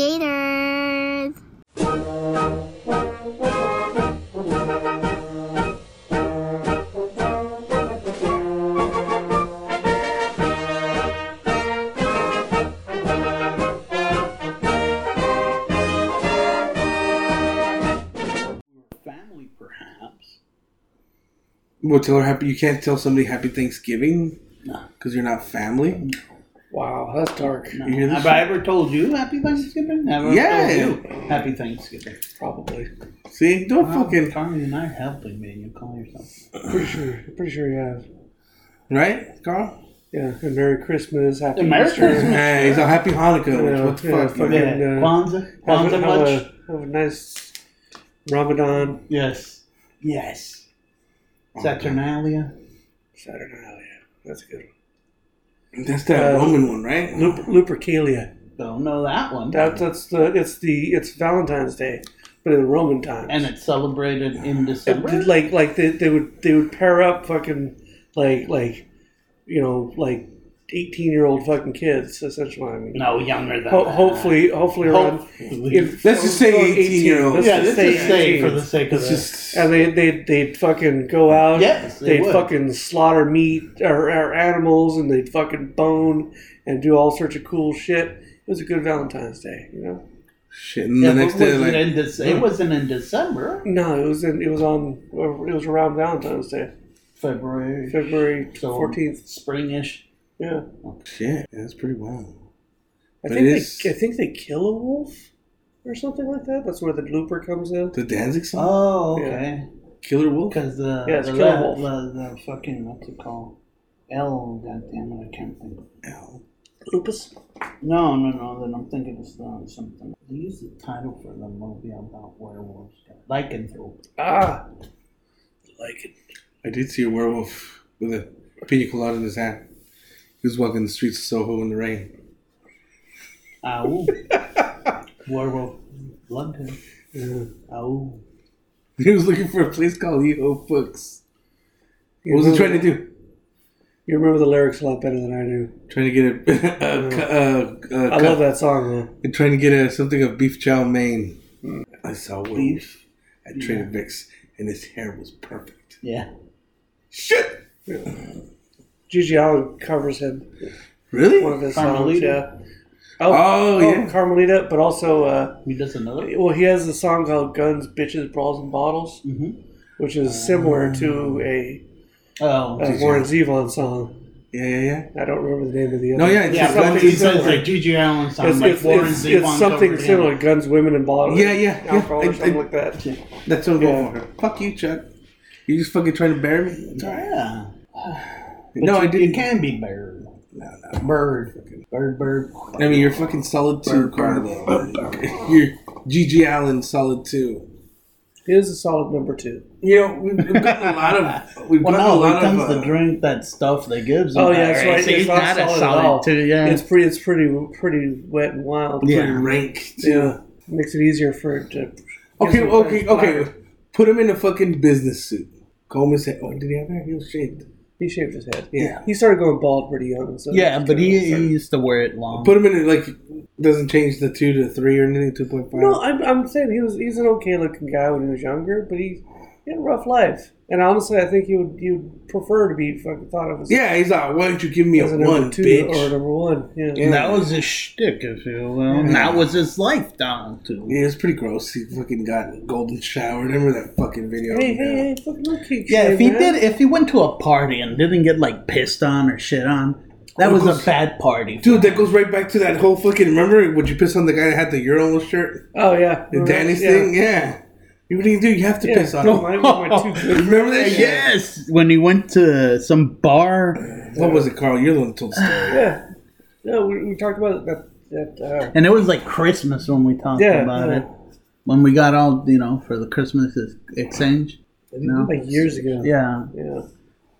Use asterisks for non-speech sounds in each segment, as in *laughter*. navigators. Family, perhaps. Well, tell her happy. You can't tell somebody happy Thanksgiving No. because you're not family. Wow, that's dark. No. You hear this? Have I ever told you Happy Thanksgiving? Have I Yeah. ever told you Happy Thanksgiving? Probably. See, don't Wow, fucking Carmen, you're not helping me. and You call yourself. Pretty sure. Pretty sure you have. right, Carl. Yeah. And Merry Christmas. Happy And Merry Easter. Christmas. Hey, he's a happy Hanukkah. Yeah, what the yeah, fuck? fuck man? Yeah. And, uh, Kwanzaa. Have, a, Kwanzaa have, much? a, have a nice Ramadan Yes. Yes. Oh, Saturnalia. Saturnalia. oh That's a good. That's that Uh, Roman one, right? One. Lup- Lupercalia. Don't know that one. That, that's the. It's the. It's Valentine's Day, but in Roman times. and it's celebrated in It- December. it- like like they, they would they would pair up fucking like like you know like eighteen year old fucking kids. Essentially, what I mean. no, younger than. Ho- that. hopefully, hopefully around. Hopefully. if- Let's just say around 18 year olds. let's yeah, this just say is safe 18. for the sake of It's this. just And they they they'd fucking go out. Yes, they They'd would. fucking slaughter meat or, or animals, and they'd fucking bone and do all sorts of cool shit. It was a good Valentine's Day, you know. shit. And the next day, it, wasn't like, in Dece- it wasn't in December, No, it was in, it was on it was around Valentine's Day, February, February so fourteenth. springish. Yeah. shit, that's pretty wild. I But think it they, is- I think they kill a wolf or something like that. That's where the blooper comes in. The Danzig song, Oh, Yeah. okay. Killer Wolf. Because the Yeah, it's the, Killer la- Wolf. la- the fucking what's it called? L. Goddamn it, I can't think. Ow. Lupus. No, no, no. Then I'm thinking it's uh, something. They used the title for the movie about werewolves, lycanthrope. Ah, like it. I did see a werewolf with a pina colada in his hand. He was walking the streets of Soho in the rain. *laughs* Ow. werewolf, London. Yeah. Ow. He was looking for a place called Eho Books. What was he trying to do? You remember the lyrics a lot better than I do. Trying to get a, *laughs* a, cu- a, a, I cup- love that song though. and trying to get a, something of beef chow mein. I saw one Beef. at Trader Vic's, and his hair was perfect. Yeah. Shit! Gigi Allen covers him one of Really? his Carmelita? songs. Yeah. Oh, yeah. Carmelita, but also uh, He does another. well, he has a song called "Guns, Bitches, Brawls, and Bottles," Mm-hmm. which is similar to a, Oh. a Warren Zevon song. Yeah, yeah, yeah. I don't remember the name of the other. No, yeah, it's Yeah, just but guns he and- says like Gigi Allen song, It's, like it's, Warren it's, Zevon it's something covered him. similar. Guns, women, and bottles. Yeah, yeah, yeah. Alcohol I- or something I- like that. That's what I'm Yeah. going for. Fuck you, Chuck. You just fucking trying to bury me? It's all right. Yeah. No, I It didn't. can be bird. No, no. Bird. Bird, bird. I mean, you're fucking solid two, Carlo. *laughs* You're GG Allen solid two. It is a solid number two. You know, we've, we've gotten a lot of we've Well, gotten a no, when it lot comes of uh, to drink that stuff they gives Oh them, yeah, it's, right, right. so it's he's not, a solid, at all. too, yeah. It's pretty. It's pretty. Pretty wet and wild. yeah rank. Pretty- yeah. Makes it easier for it to. Okay, gives it okay, better okay. flavor. Put him in a fucking business suit. Comb his hair. Oh, did he have hair? He was shaved. He shaved his head. Yeah. He started going bald pretty young. So yeah, that's but kinda he, he started- used to wear it long. Put him in a, like doesn't change the two to three or anything. Two point five. No, I'm, I'm saying he was. He's an okay looking guy when he was younger, but he, he had a rough life. And honestly, I think he would. He would prefer to be fucking thought of as, Yeah, he's like, why don't you give me a as a number one, two bitch? or a number one. Yeah. that was his shtick, if you will. And That was his life down to. yeah, it's pretty gross. He fucking got golden shower. Remember that fucking video? Hey, hey, hey, fucking look, Yeah, if he man. did, if he went to a party and didn't get like pissed on or shit on, that was a bad party. Dude, that goes right back to that whole fucking. Remember, would you piss on the guy that had the urinal shirt, Oh yeah, the Danny's thing? Yeah. You what do you do? You have to piss on No, him. my, my two *laughs* kids. Remember that? shit? Yes, when he went to some bar, What was it, Carl? You're the one who told the story. Yeah, no, we, we talked about that. that uh, and it was like Christmas when we talked yeah, about uh, it. When we got all you know for the Christmas ex- exchange. No. like years ago. Yeah, yeah,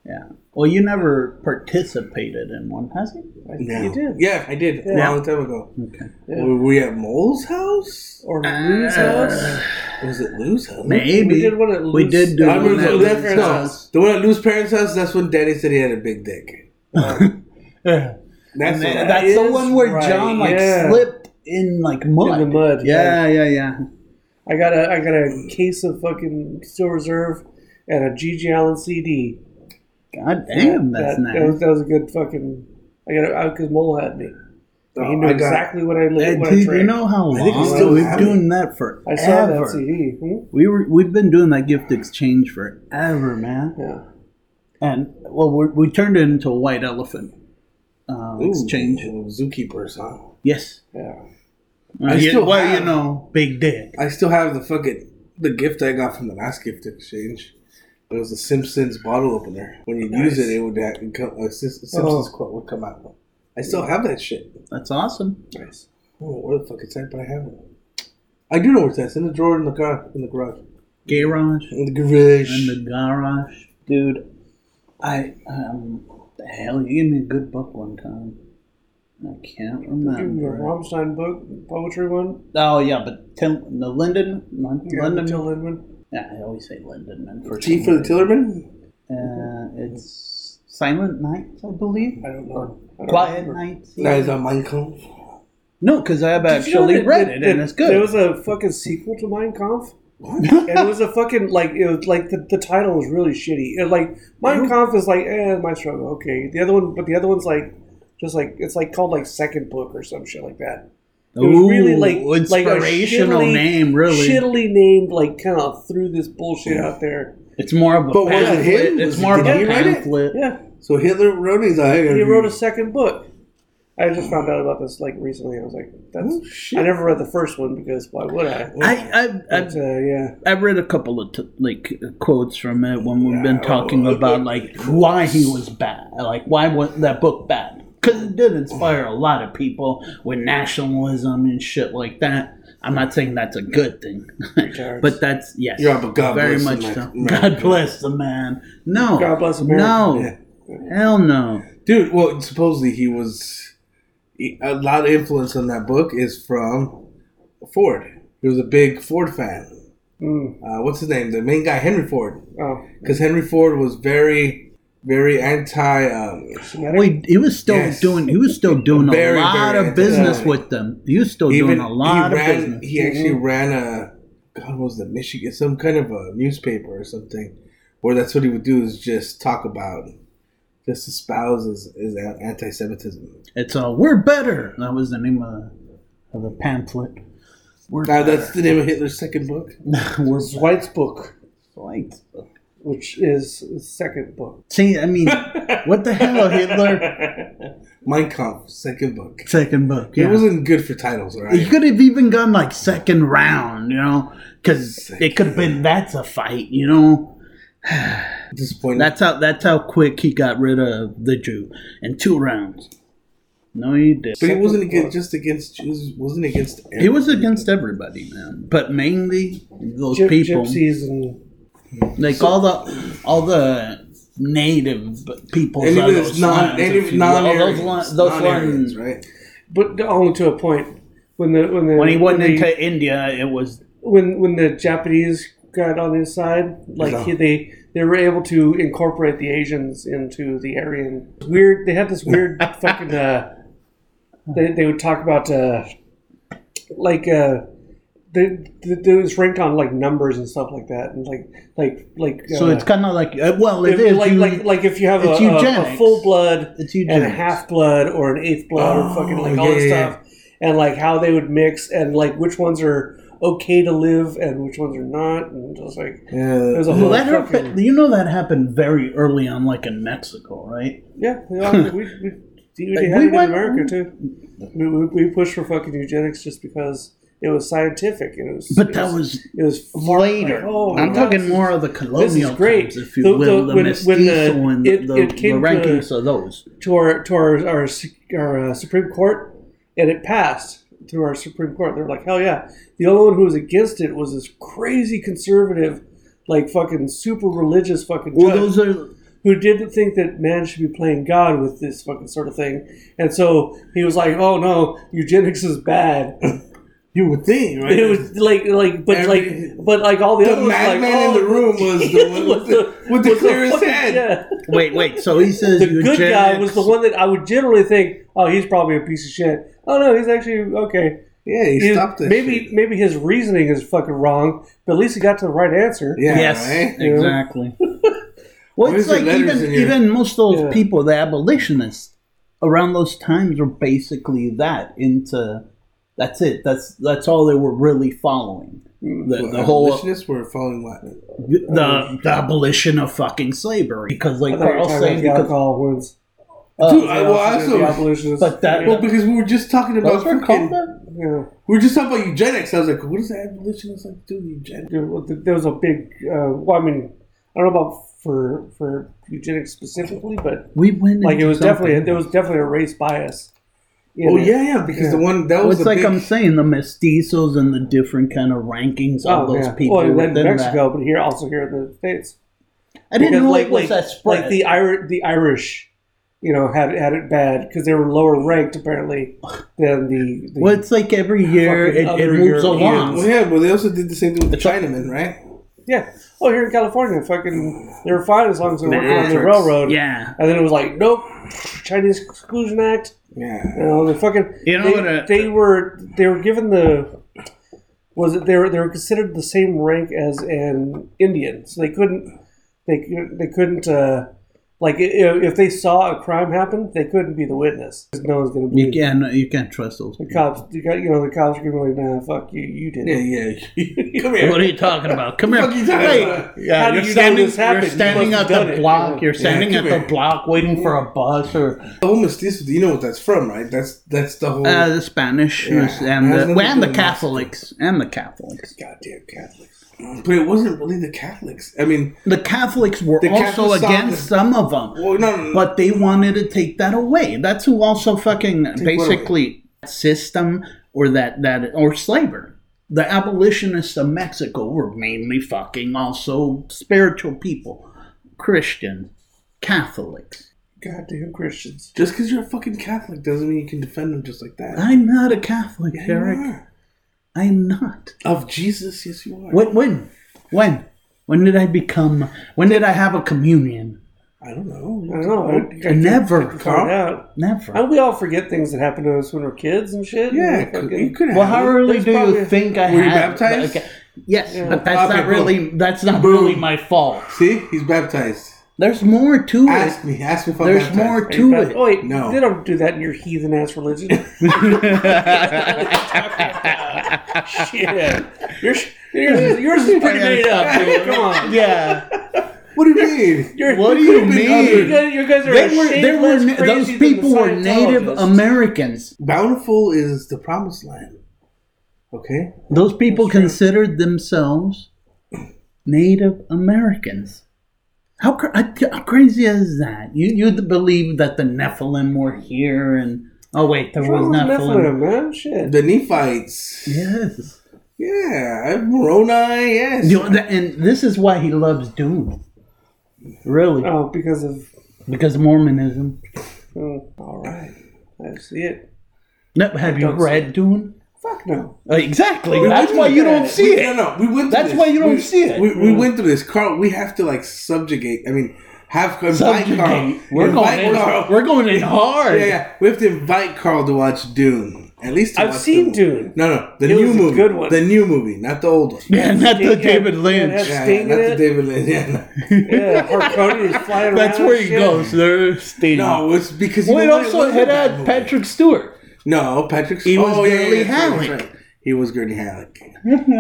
yeah. Well, you never participated in one, has he? I, No. you did. Yeah, I did Yeah. a long time ago. Okay. Yeah. Were we at Mole's house? Or Lou's house. Or was it Lou's house? Maybe We did one at We Lou's- did do I I one remember at Lou's that's, parents' no, house. the one at Lou's parents' house. That's when Daddy said he had a big dick. Yeah. That's And what that's the is one where right, John like yeah. slipped in like mud. in the mud. Yeah, yeah, yeah. I got a I got a case of fucking Steel Reserve and a G.G. Allen CD. God damn, that's that, that nice. was, that was a good fucking. I got because Mole had me. Oh, he knew I got- exactly what I lived. And What dude, I you drank. know how I think we long still we've have been doing that forever. I saw that CD. Hmm? We were we've been doing that gift exchange forever, man. Yeah. And well, we we turned it into a white elephant uh, exchange. Ooh, zookeepers, huh? Yes. Yeah. I still well, have- you know, big dick. I still have the fucking the gift I got from the last gift exchange. It was a Simpsons bottle opener. When you Nice. use it, it would have, it come, a Sim- Simpsons quote would come out. I still have that shit. That's awesome. Nice. I don't know where the fuck it's at, but I have it. I do know where it's at. It's in the drawer in the car, in the garage, Garage in the garage. in the garage, dude. I um, the hell, you gave me a good book one time. I can't Give me a remember. Rammstein book, poetry one. Oh yeah, but Tim, the Linden, Lon- Yeah, Linden. Till Lindemann. Yeah, I always say Lindenman for T some for the reason. Tillerman. Uh, it's Silent Night, I believe. I don't know. I don't Quiet remember. Nights. That is on Mein Kampf. No, because I've Did you know actually that- read that- it and that it's good. There was a fucking sequel to Mein Kampf. What? *laughs* and it was a fucking like it was like the, the title was really shitty. It, like Mein Kampf is like eh, my struggle, okay. The other one, but the other one's like just like it's like called like second book or some shit like that. It was really like like a inspirational shittily- name, really. shittily named like kind of threw this bullshit out there. It's more of a But was it pamphlet. him? It's Was- more of did a he write it? pamphlet. Yeah, So Hitler wrote his I. he wrote a second book. I just found out about this like recently. I was like, that's. Oh, shit. I never read the first one because why would I? I, I, But, I've, uh, yeah, I've read a couple of t- like quotes from it when we've been Yeah, talking well, about it- like why he was bad, like why was that book bad? Because it did inspire a lot of people with nationalism and shit like that. I'm not saying that's a good thing, *laughs* Retards. but that's yes, Yeah, but God very bless much America- so. America. God bless the man. No, God bless America. No, hell no. Dude, well, supposedly he was he- a lot of influence on that book is from Ford. He was a big Ford fan. Mm. Uh, what's his name? The main guy, Henry Ford, oh, because Henry Ford was very, very anti. Um, Semitic? Well, he, he was still Yes. doing. He was still doing a Very, lot very of business anti-Semitic. with them. He was still even doing a lot he of ran, business. Mm-hmm. He actually ran a God what was the Michigan some kind of a newspaper or something where that's what he would do is just talk about, just espouse his, his anti-Semitism. It's uh, we're better. That was the name of, of the pamphlet. We're Now that's the name of Hitler's second book. *laughs* we're Zweit's book, white. which is the second book. See, I *laughs* mean, what the hell, Hitler? Mein Kampf, second book. Second book. It Yeah. wasn't good for titles, all He right? could have even gone like second round, you know, because it Second. could have been that's a fight, you know. Disappointing. That's how that's how quick he got rid of the Jew in two rounds. No, he did. but he wasn't Second against, just against Jews. Wasn't against. He was against everybody, man, but mainly those Gyp- people, Gypsies and like all the all the native people. Any of those non, any non those, Aryans, li- those non ones. Aryans, right? but only to a point. When the when the When he went when the- into India, it was when when the Japanese got on his side, like Yeah. he- they they were able to incorporate the Asians into the Aryan weird. They had *laughs* this weird fucking. Uh, they they would talk about uh, like uh, they, they it was ranked on like numbers and stuff like that, and like like like. so uh, it's kind of like uh, well, it if- is like you- like like if you have a, it's a- a eugenics. full blood it's and eugenics. a half blood or an eighth blood Oh, or fucking like all yeah, this yeah, stuff and like how they would mix and like which ones are okay to live and which ones are not and just like Yeah. there's a Well, whole that fucking, happened, you know that happened very early on, like in Mexico, right? yeah they all- we, we, we, Like, had we it in went- America too we, we, we pushed for fucking eugenics just because it was scientific and it was But it that was it was far- later. like, oh my I'm God, talking this is- more of the this is colonial great. times, if you The- will, the- the when- when the- mestizo and it- the, it the came to- rankings of those. to our to our our, su- our uh, Supreme Court, and it passed through our Supreme Court. They were like, hell yeah. The only one who was against it was this crazy conservative, like fucking super religious fucking Well, judge those are who didn't think that man should be playing God with this fucking sort of thing. And so he was like, oh no, eugenics is bad. *laughs* You would think, right? It was like like but Every- like but like all the, the other ones like, madman in oh, the room *laughs* was the one with the, with the was the clearest fucking- head. yeah. Wait, wait. So he says the eugenics. good guy was the one that I would generally think, oh, he's probably a piece of shit. Oh no, he's actually okay. Yeah, he He- stopped that. maybe shit. maybe his reasoning is fucking wrong, but at least he got to the right answer. Yeah. yes, Right? *laughs* exactly. well, Where's it's the like letters even in here? even most of those Yeah. people, the abolitionists around those times, were basically that into. That's it. That's that's all they were really following. Hmm, The, Well, the whole uh, abolitionists were following what? the, the abolition of fucking slavery because I like thought you were Carl talking saying about the because alcohol ones. uh, Dude, I, well, Yeah, I the also, abolitionists. but that- well, because we were just talking about those were called fucking, that? yeah. we were just talking about eugenics. I was like, what does that abolitionist like to do with eugenics? there was- there was a big. Uh, well, I mean, I don't know about for for eugenics specifically, but We went like it into was definitely something. there was definitely a race bias. in Oh it. yeah, yeah, because Yeah. the one that Well, was it's the like um, big, I'm saying the mestizos and the different kind of rankings of Oh, those yeah. people well, and then within Mexico, but here also here in the states. that. I didn't Because, know it was that spread. Like the Irish, the Irish, you know, had had it bad because they were lower ranked apparently than the. the well, it's like every year it, Fucking it other moves Europeans. along. well, yeah, well, they also did the same thing with the Chinamen, right? yeah. Oh, here in California, fucking, they were fine as long as they were working on the Matrix. railroad. Yeah. And then it was like, nope, Chinese Exclusion Act. You Yeah, know, they fucking. You know they, what, uh, they were they were given the. Was it they were they were considered the same rank as an Indian, so they couldn't they couldn't- they couldn't uh, like i- i- if they saw a crime happen, they couldn't be the witness. 'Cause No one's gonna You believe it. can't you can't trust those. the People. cops. You got you know the cops are gonna be like, nah, fuck you, you did yeah, *laughs* it. yeah. Come What here. are you talking about? Come What here. the fuck you talking Hey, about? yeah, How do you're you know standing, this happened? You're You standing must at have done the it. block. Yeah. You're standing Yeah, at come the here. block waiting for a bus or The whole mestizo, you know what that's from, right? That's that's the whole uh, the Spanish Yeah. and Has the, nothing well, and the to do with Mexico. Catholics and the Catholics. goddamn Catholics. But it wasn't really the Catholics. I mean, The Catholics were The also Catholics saw against the- some of them. well, no, no, no. But they wanted to take that away. That's who also fucking what basically system or that that or slavery. The abolitionists of Mexico were mainly fucking also spiritual people, Christians, Catholics. Goddamn Christians. just because you're a fucking Catholic doesn't mean you can defend them just like that. I'm not a Catholic, You Eric. are. I'm not. Of Jesus, yes, you are. When when when when did I become? When did I have a communion? I don't know. I don't know. I, I Never, Find Carl. out. Never. And we all forget things that happened to us when we were kids and shit. Yeah, And fucking- you could have. Well, how early There's do probably- you think I Were you had? baptized? Okay. Yes, Yeah. but that's Okay, not boom. really that's not Boom. really my fault. See, he's baptized. There's more to Ask it. me. Ask me if I'm There's baptized. more Are to you bad- Oh, it. wait, No. they don't do that in your heathen ass religion. Shit. Yours, yours, yours is pretty made up, dude. Come *laughs* on. Yeah. What do you mean? You're, What do you You mean? guys, you guys are They were, they were, shameless na- those crazies people and were Native Scientologists. Americans. Bountiful is the promised land. Okay? Those people considered themselves Native Americans. How, cra- I- how crazy is that? You you believe that the Nephilim were here and oh wait, there What's wrong was with Nephilim. Nephilim, man? Shit. The Nephites. Yes. Yeah. I- Moroni, yes. You know, that- and this is why he loves Doom. Really? Oh, because of. Because Mormonism. Oh, all right. I see it. No, have you Don't see read Doom? Fuck no. Uh, Exactly. We That's went why through you that. don't see We- it. No, no, we went. through That's this. why you don't We- see it. Mm. We, we went through this, Carl. We have to like subjugate. I mean, have invite Carl. Subjugate. *laughs* We're invite going, in, Carl. *laughs* we're going in hard. yeah, yeah, we have to invite Carl to watch Dune. At least to I've watch seen the- Dune. No, no, the It new was a movie. good one. The new movie, not the old one. Yeah, not the Yeah, David yeah, Lynch. that's- Yeah, Sting not in the it? David Lynch. Yeah, *laughs* Yeah, *laughs* Harkonnen is flying around. That's where he shit. goes. There's Sting. no, no it's because you well, it know what? also wasn't had, a bad had movie. Patrick Stewart. No, Patrick. He was oh, yeah, yeah, Gurney that's right, that's Halleck. right. He was *laughs* Gurney Halleck.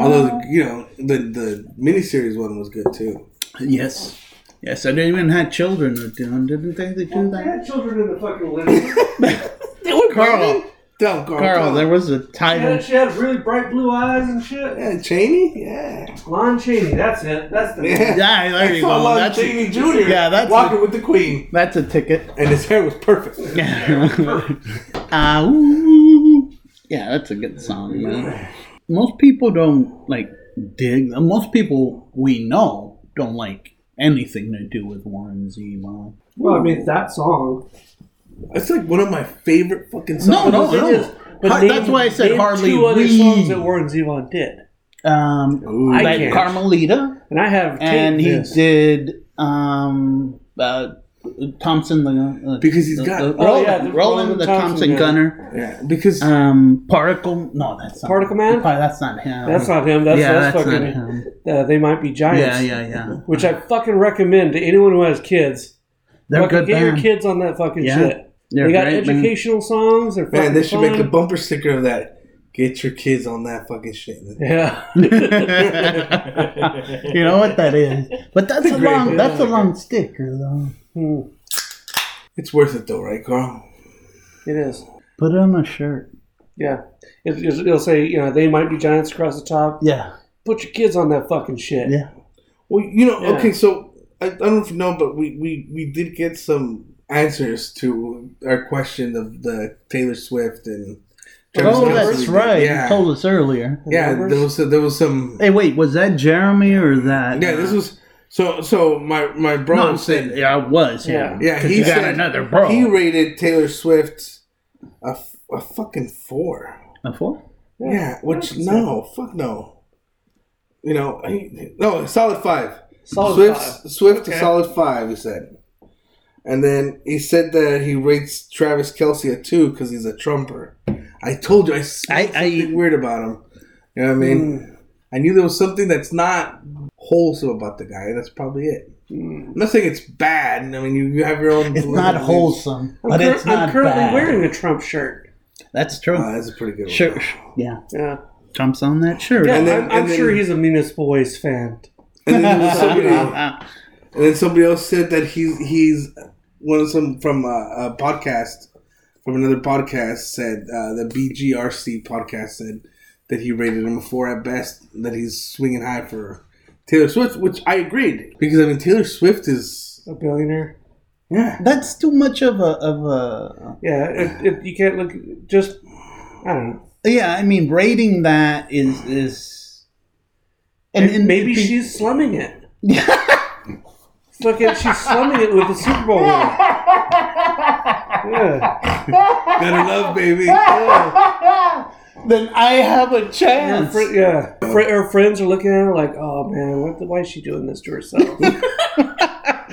Although you know the the miniseries one was good too. Yes. Yes, I didn't even have children with Doom. Didn't they, they do I that? had children in the fucking living *laughs* room. Carl, Tell Carl. Carl, tell. there was a She title. had, she had really bright blue eyes and shit. Yeah, Cheney? Yeah. Lon Chaney, that's it. That's the Yeah. Yeah, there I you saw go. Lon That's- Chaney Jr. Yeah, that's a- walking with the Queen. That's a ticket. And his hair was perfect. *laughs* Ah, ooh. yeah, that's a good song, man. Most people don't like dig. Most people we know don't like anything to do with Warren Zevon. Well, I mean, that song. It's like one of my favorite fucking No, songs. no, It no. is, Har- name- that's why I said name hardly two other we. songs that Warren Zevon did, Um, Ooh. I that can't. Carmelita, and I have and taped he this. did um, uh, Thompson the uh, Because he's the- got- the- Oh, Roland, yeah, the Roland the Thompson, gunner. Yeah, because Um, Particle. No, that's not Particle Man? Probably, that's not him. That's not him. That's, yeah, that's, that's not fucking. him. Uh, they might be Yeah, giants. yeah, yeah. Which I fucking recommend to anyone who has kids. They're Fucking good get your band. kids on that fucking Yeah. shit. They're they got great band. educational songs. They're fucking man, they should fun. make um, a bumper sticker of that. Get your kids on that fucking shit. *laughs* yeah. *laughs* *laughs* you know what that is, but that's a Great, long yeah. that's a long sticker though. Hmm. It's worth it though, right, Carl? It is. Put it on a shirt. Yeah. It, it, it'll say, you know, they might be giants across the top. Yeah, Put your kids on that fucking shit. yeah. Well, you know, Yeah. okay, so I, I don't know if you know, but we, we, we did get some answers to our question of the Taylor Swift and. Travis Oh, Kelsey that's did. right. Yeah, You told us earlier. yeah. There was there was some. Hey, wait, was that Jeremy or that? Yeah, this was so so. My my bro uh-huh. No, I'm said saying yeah, it was. Yeah. Yeah, Yeah, 'Cause he you got said another bro. he rated Taylor Swift a, f- a fucking four. A four? Yeah, which no, fuck no. You know, he, no, a solid five. Solid Swift, five. Swift, a Okay. solid five. He said, and then he said that he rates Travis Kelsey a two because he's a trumper. I told you, I, I- Mm. I, I- weird about him. You know what I mean? I knew there was something that's not wholesome about the guy. That's probably it. I'm not saying it's bad. I mean, you, you have your own. Mm. It's not wholesome, I'm, but cur- it's not I'm currently bad. wearing a Trump shirt. That's true. Uh, that's a pretty good one. sure. Yeah, Yeah. Trump's on that shirt. *laughs* Yeah, And then- I'm, I'm and then- sure he's a Municipal Waste fan. And then, there was somebody, *laughs* and then somebody else said that he's he's one of some from a, a podcast from another podcast said uh, the BGRC podcast said that he rated him a four at best. That he's swinging high for Taylor Swift, which I agreed because I mean Taylor Swift is A billionaire. yeah. That's too much of a of a. Yeah, it, it, you can't look just. I don't know. Yeah, I mean, rating that is is. And, be- maybe she's slumming it. *laughs* Look at she's slumming it with the Super Bowl winner. Yeah, Better love, *laughs* baby. Yeah. then I have a her, chance. fri- yeah. Fri- her friends are looking at her like, "Oh man, what the, why is she doing this *laughs* to herself?"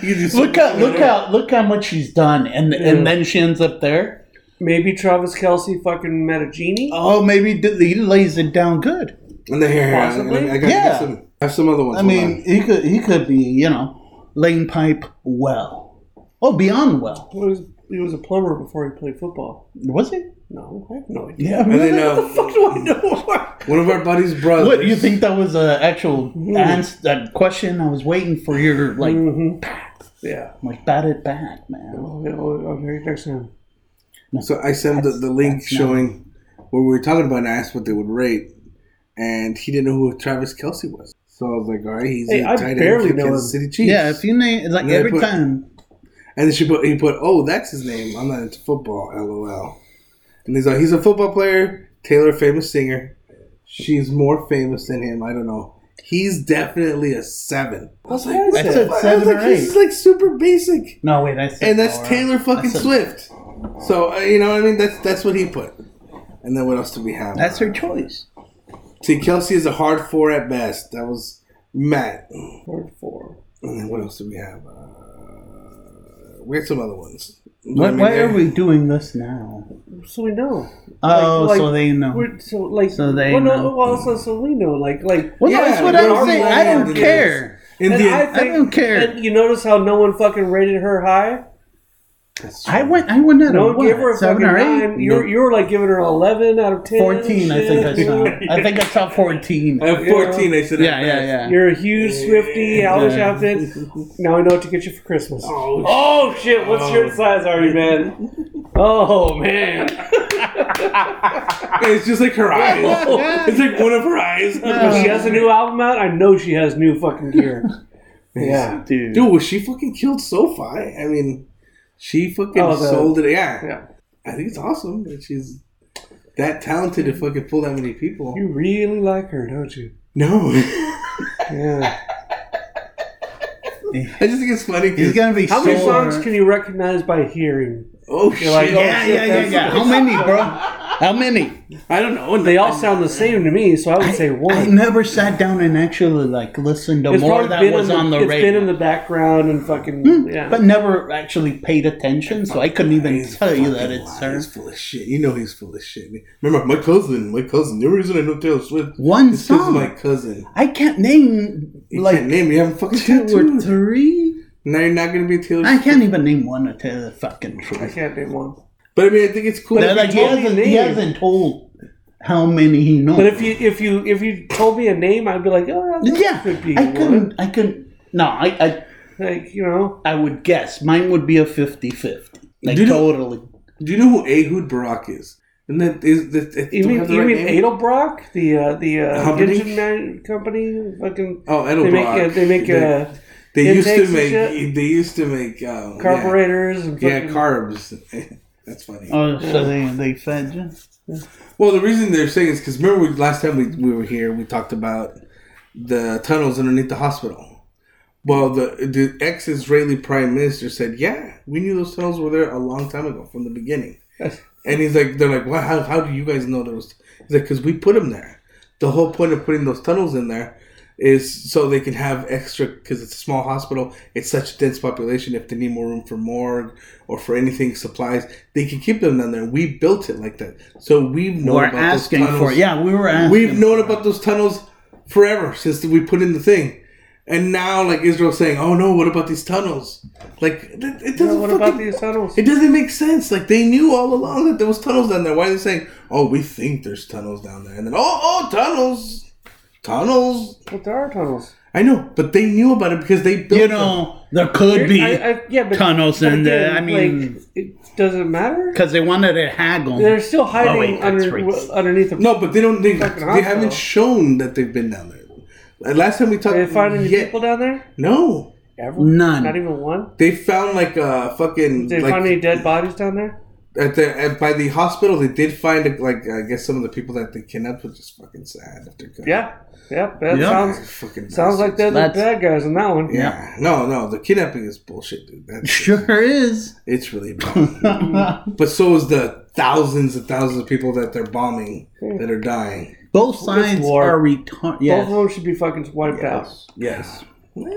You do something Look out! Look better. out! Look how much she's done, and Yeah. and then she ends up there. maybe Travis Kelsey fucking met a genie. Oh, maybe d- he lays it down good. And then here, here, I- Possibly. I, I got Yeah. I got some. I have some other ones. I Hold mean, on. he could he could be you know lane pipe well. Oh, beyond well He was, he was a plumber before he played football. was he? No, I have no idea. *laughs* Yeah. and then really? uh, What do I know? one of our buddies' brothers. What you think that was an actual ans- that question? I was waiting for your like hmm Yeah. Oh, like bat it back, man. I'll, I'll, I'll hear you next time. So I sent the, the link not- showing what we were talking about and I asked what they would rate, and he didn't know who Travis Kelsey was. So I was like, all right, he's Hey, a I tight end barely for the know Kansas him. City Chiefs. Yeah, if you name like Yeah, every but- time. and then she put, he put, oh, that's his name. I'm not into football, lol. And he's like, he's a football player, Taylor, famous singer. She's more famous than him. I don't know. He's definitely a seven. I was like, I what the said fuck? I was seven like, or this is like super basic. No wait, I said and that's Laura. Taylor fucking That's a- Swift. So uh, you know, what I mean, that's that's what he put. And then what else do we have? That's her choice. See, Kelsey is a hard four at best. That was Matt. Word four. And then what else do we have? Uh, we had some other ones. You Why, know what I mean? why are They're- we doing this now? So we know. Oh, Like- so like, they know. We're, so like. So they well, know. No, well, so, so we know. Like like. Well, Yeah, that's what we're I'm saying. I already don't on care. In and the I, think, don't care. And you notice how no one fucking rated her high. I went. I went out No of one gave her what, a seven fucking or nine. eight. You're you're like giving her an eleven out of ten. Fourteen, I think I shit. *laughs* saw. I think I saw fourteen. at fourteen. I said, Yeah, at yeah, best. yeah. You're a huge Swifty Elvis Yeah. outfit. Now I know what to get you for Christmas. Oh, Oh, shit! What Oh. shirt size are you, man? Oh *laughs* man! *laughs* It's just like her eyes. *laughs* it's like one of her *laughs* eyes. When she has a new album out, I know she has new *laughs* fucking gear. Yeah. dude. Dude, well, she fucking killed SoFi. I mean, she fucking Oh, the- sold it. Yeah. I think it's awesome that she's that talented to fucking pull that many people. You really like her, don't you? No, *laughs* Yeah. I just think it's funny. 'cause- He's gonna be. How many sore. songs can you recognize by hearing? oh shit! like, oh, yeah, *laughs* Yeah, yeah, yeah, yeah. How many, bro? How many? I don't know. They all sound the same to me, so I would say I one. never sat down and actually like listened to more that been was in on the it's radio, Hmm. been in the background and fucking yeah. but never actually paid attention, so I couldn't even He's tell you fucking that it's lying. her. He's full of shit. You know he's full of shit. Remember my cousin, my cousin. The reason I know Taylor Swift One is because song. my cousin. I can't name You like can't name. You haven't fucking two or tattooed. three. now you're not gonna be a Taylor. I Swift. can't even name one or two. Fucking I truth. can't name one. Hmm. But I mean, I think it's cool. They're like, you he, told me hasn't, the he name- hasn't told how many he knows. But if you if you if you told me a name, I'd be like, oh, that yeah, could be I one. couldn't. I couldn't. No, I, I Like you know, I would guess mine would be a 50-50. Like Do you- totally. Do you know who Ehud Barak is? And that is that. that you do I mean have the you right mean name? Edelbrock, the uh, the uh, Company? engine man company, fucking Oh, Edelbrock. they make uh, they make uh, They, used to intakes and make. shit? They used to make. Um, yeah. carburetors and Yeah, fucking, Uh. carbs. *laughs* That's funny. Oh, so they, they fed you? Well, the reason they're saying is because remember we, last time we, we were here, we talked about the tunnels underneath the hospital. Well, the, the ex Israeli prime minister said, Yeah, we knew those tunnels were there a long time ago from the beginning. and he's like, They're like, Wow, how, how do you guys know those? He's like, Because we put them there. The whole point of putting those tunnels in there is so they can have extra, because it's a small hospital, it's such a dense population. If they need more room for morgue or for anything, supplies, they can keep them down there. We built it like that. So we've known We're about asking those tunnels. for it. Yeah, we were asking. We've known about those tunnels forever since we put in the thing. And now, like Israel's saying, "Oh no, what about these tunnels?" Like it, it doesn't. What fucking, about these tunnels? It doesn't make sense. Like they knew all along that there was tunnels down there. Why are they saying, "Oh, we think there's tunnels down there," and then, "Oh, oh, tunnels, tunnels." But there are tunnels. I know, but they knew about it because they built. You know, there could be. I, I, yeah, but, tunnels but in there, I mean- like, it doesn't matter. Because they wanted to haggle. They're still hiding Oh, wait, that's under, right. w- underneath the them. no, but they don't. They, Fucking they haven't hospital. shown that they've been down there. Like, Last time we talked, Are they finding any yeah, people down there? No, Ever? None. Not even one. they found like a fucking. Did they like, find any dead bodies down there? at the at, by the hospital they did find like I guess some of the people that they kidnapped, which is fucking sad. If they're gone. Yeah. Yeah. That Yeah. sounds fucking sounds like they're bastards. the That's- bad guys in that one. Yeah. no, no, the kidnapping is bullshit, dude. *laughs* That's Sure is. *laughs* it's *laughs* really bad. but so is the thousands and thousands of people that they're bombing Hmm. that are dying. Both sides war. are retarded. Both Yes. of them should be fucking wiped out. Yes.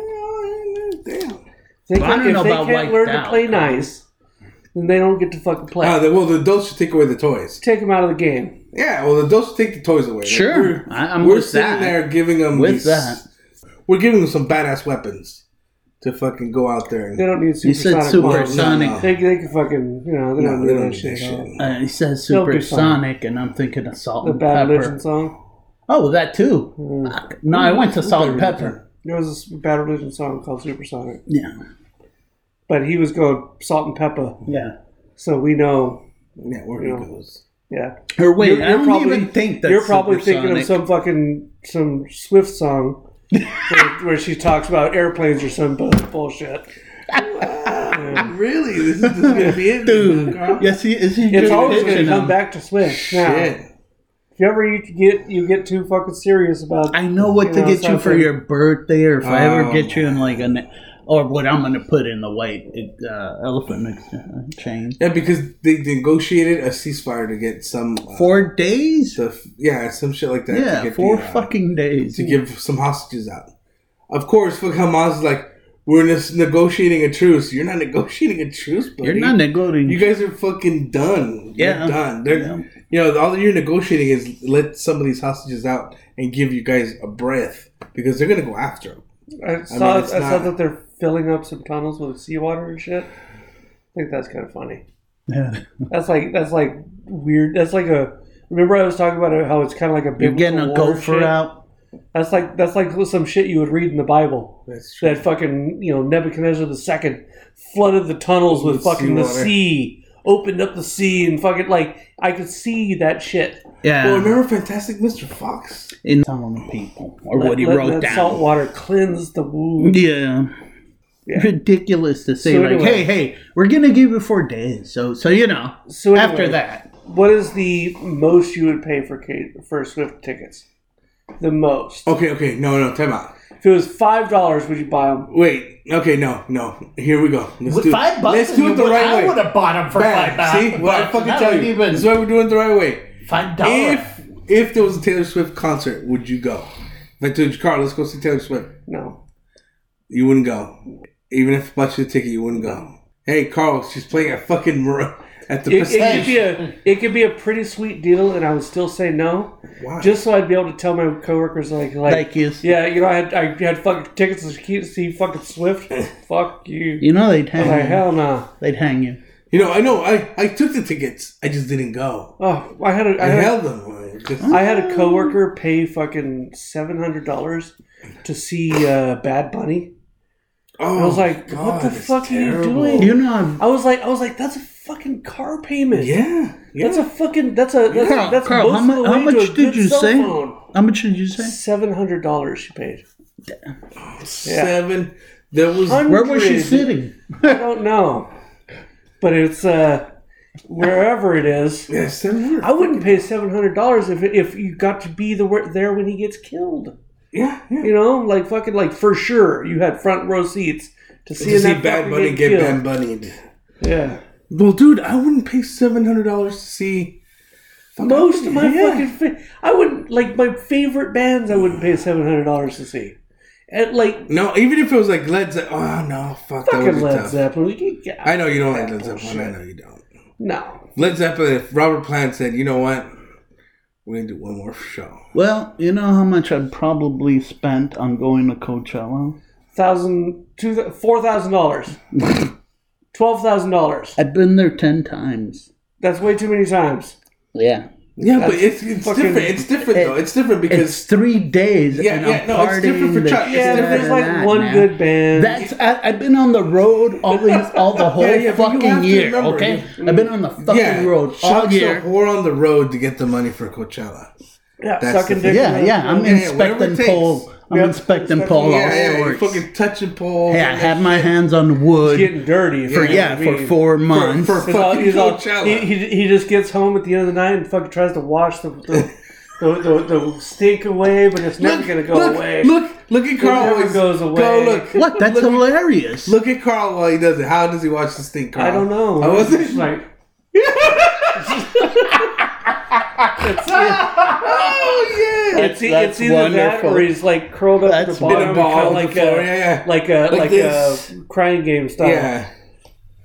Well, damn. They Well, I can't, don't if know they about can't wiped learn out. to play nice, then they don't get to fucking play. Uh, the, well, the adults should take away the toys. Take them out of the game. Yeah, well, the adults should take the toys away. Like, Sure. we're, I- I'm we're with sitting that. there giving them With these- that. We're giving them some badass weapons to fucking go out there and They don't need You said supersonic bombs. supersonic. no. They, they can fucking, you know, they No, don't they need don't that need that shit. at all. shit. Uh, he says They'll be fine. supersonic, and I'm thinking of salt The and Bad Mm. pepper. Religion song. Oh, that too. Fuck. No, I went to salt and pepper. There was a Bad Religion song called Supersonic. Yeah. But he was going salt and pepper. Yeah. So we know, Yeah, where Yeah. he goes. yeah. Or wait, You're- I you're don't probably- even think that's You're probably thinking of supersonic. some fucking some Swift song where, *laughs* where she talks about airplanes or some bu- bullshit. Really? This is, this is gonna be *laughs* it, Dude, girl? yes, he is. He It's just always going to pitching come him. back to Swift. Now, Shit. if you ever you get you get too fucking serious about, I know what You to know, get you for something. your birthday, or if I ever Oh, get you in like an, or what I'm gonna put in the white uh, elephant uh, chain. Yeah, because they negotiated a ceasefire to get some uh, Four days. stuff. Yeah, some shit like that. to yeah, get four the, uh, fucking days. to give some hostages out. Of course, fuck Hamas is like, we're ne- negotiating a truce. You're not negotiating a truce, buddy. You're not negotiating. You guys are fucking done. Yeah. You're done. They're, Yeah. You know, all you're negotiating is let some of these hostages out and give you guys a breath because they're gonna go after them. I saw I, it's saw not- that they're filling up some tunnels with seawater and shit. I think that's kind of funny. Yeah. That's like that's like weird. That's like a. Remember, I was talking about how it's kind of like a. You're getting a biblical war gopher shit? out. That's like that's like some shit you would read in the Bible. That's true. That fucking you know Nebuchadnezzar II flooded the tunnels with With fucking the seawater. sea, opened up the sea, and fucking like I could see that shit. Yeah, Well, remember Fantastic Mr. Fox? in some of the people or what he Let wrote that down. Salt water cleansed the wound. Yeah. Yeah. Ridiculous to say So like, anyway- hey, hey, we're gonna give you four days. So, so you know, So anyway, after that, what is the most you would pay for Kate, for Swift tickets? The most. Okay, okay, no, no, time out. If it was five dollars, would you buy them? Wait, okay, no, no. Here we go. Let's with do it. five bucks, Let's do it the would- right I way. would have bought him for Bam. five bucks. See what I but fucking that tell ain't you. even- That's why we're doing it the right way. Five dollars. If if there was a Taylor Swift concert, would you go? If I told you, Carl, let's go see Taylor Swift, No. you wouldn't go. Even if I bought you a ticket, you wouldn't go. Hey, Carl, she's playing at fucking Mar- at the It, it could Prestige. be a it could be a pretty sweet deal, and I would still say no, Why? just so I'd be able to tell my coworkers like like, Like you. yeah, you know, I had I had fucking tickets to see fucking Swift. Fuck you. You know they'd I hang was Like you. hell no. They'd hang you. you know, I know. I I took the tickets. I just didn't go. Oh, I had a I I had, held them. like, just- I had a coworker pay fucking seven hundred dollars to see uh, Bad Bunny. oh, I was like, what God, the it's fuck are you terrible. doing? You know, I was like, I was like, that's a fucking car payment. Yeah, yeah. That's a fucking. That's a. That's, Carl, that's Carl, most how, mu- of the how way to a much did good you cell say? phone. How much did you say? Seven hundred dollars she paid. seven. That was Where was she Hundred. sitting? I don't know, but it's uh, wherever it is. yeah, seven hundred. I wouldn't pay seven hundred dollars if if you got to be the wor- there when he gets killed. Yeah, yeah. You know, like fucking like for sure you had front row seats to see, to that see Bad fucker Bunny get get killed. Bad Bunnied. Yeah. Well, dude, I wouldn't pay seven hundred dollars to see fucking- Most of my Yeah. fucking, fa- I wouldn't like my favorite bands. I wouldn't pay seven hundred dollars to see. And like No, even if it was like Led Zeppelin. Oh no, fuck that would fucking be Led tough. Zeppelin. we could get- I know you don't like Led Zeppelin. I know you don't. no, Led Zeppelin. If Robert Plant said, you know what, we're gonna do one more show. Well, you know how much I probably spent on going to Coachella? thousand, two, four *laughs* thousand dollars, twelve thousand dollars. I've been there 10 times. That's way too many times. Yeah. Yeah, but That's it's it's fucking- different. It's different though. It's different It's because three days. Yeah, and yeah, I'm no, it's different for partying the Chuck. It's shit Yeah, but different out of there's like that, one man. good band. That's I, I've been on the road all these *laughs* all the whole Yeah, yeah, but you have fucking to year. remember, okay, I've been on the fucking yeah, road all Chuck's a year. whore on the road to get the money for Coachella. yeah, that's sucking the thing. dick. yeah, in the- yeah, I'm Yeah, yeah, whatever inspecting it takes. Paul. I'm Yeah, inspecting inspecting- Paul yeah, yeah, all you sorts. fucking touch and pull. hey, I had my hands on wood getting dirty for yeah I mean, for four months. *laughs* for- He's all, Fucking he's all, Coachella. he, he, he just gets home at the end of the night and fucking tries to wash the the, the, the, the stink away, but it's never gonna go look, away. Look, look at Carl. never always- goes Go away. look. what? That's look, hilarious. look at Carl while he does it. How does he watch this thing, Carl? I don't know. I wasn't. It's *laughs* like oh yeah. it's, That's- it's either that wonderful. or he's like curled up That's at the bottom, In a ball kinda on the like floor, a yeah, yeah. like a Like like, this. a crying game style. yeah.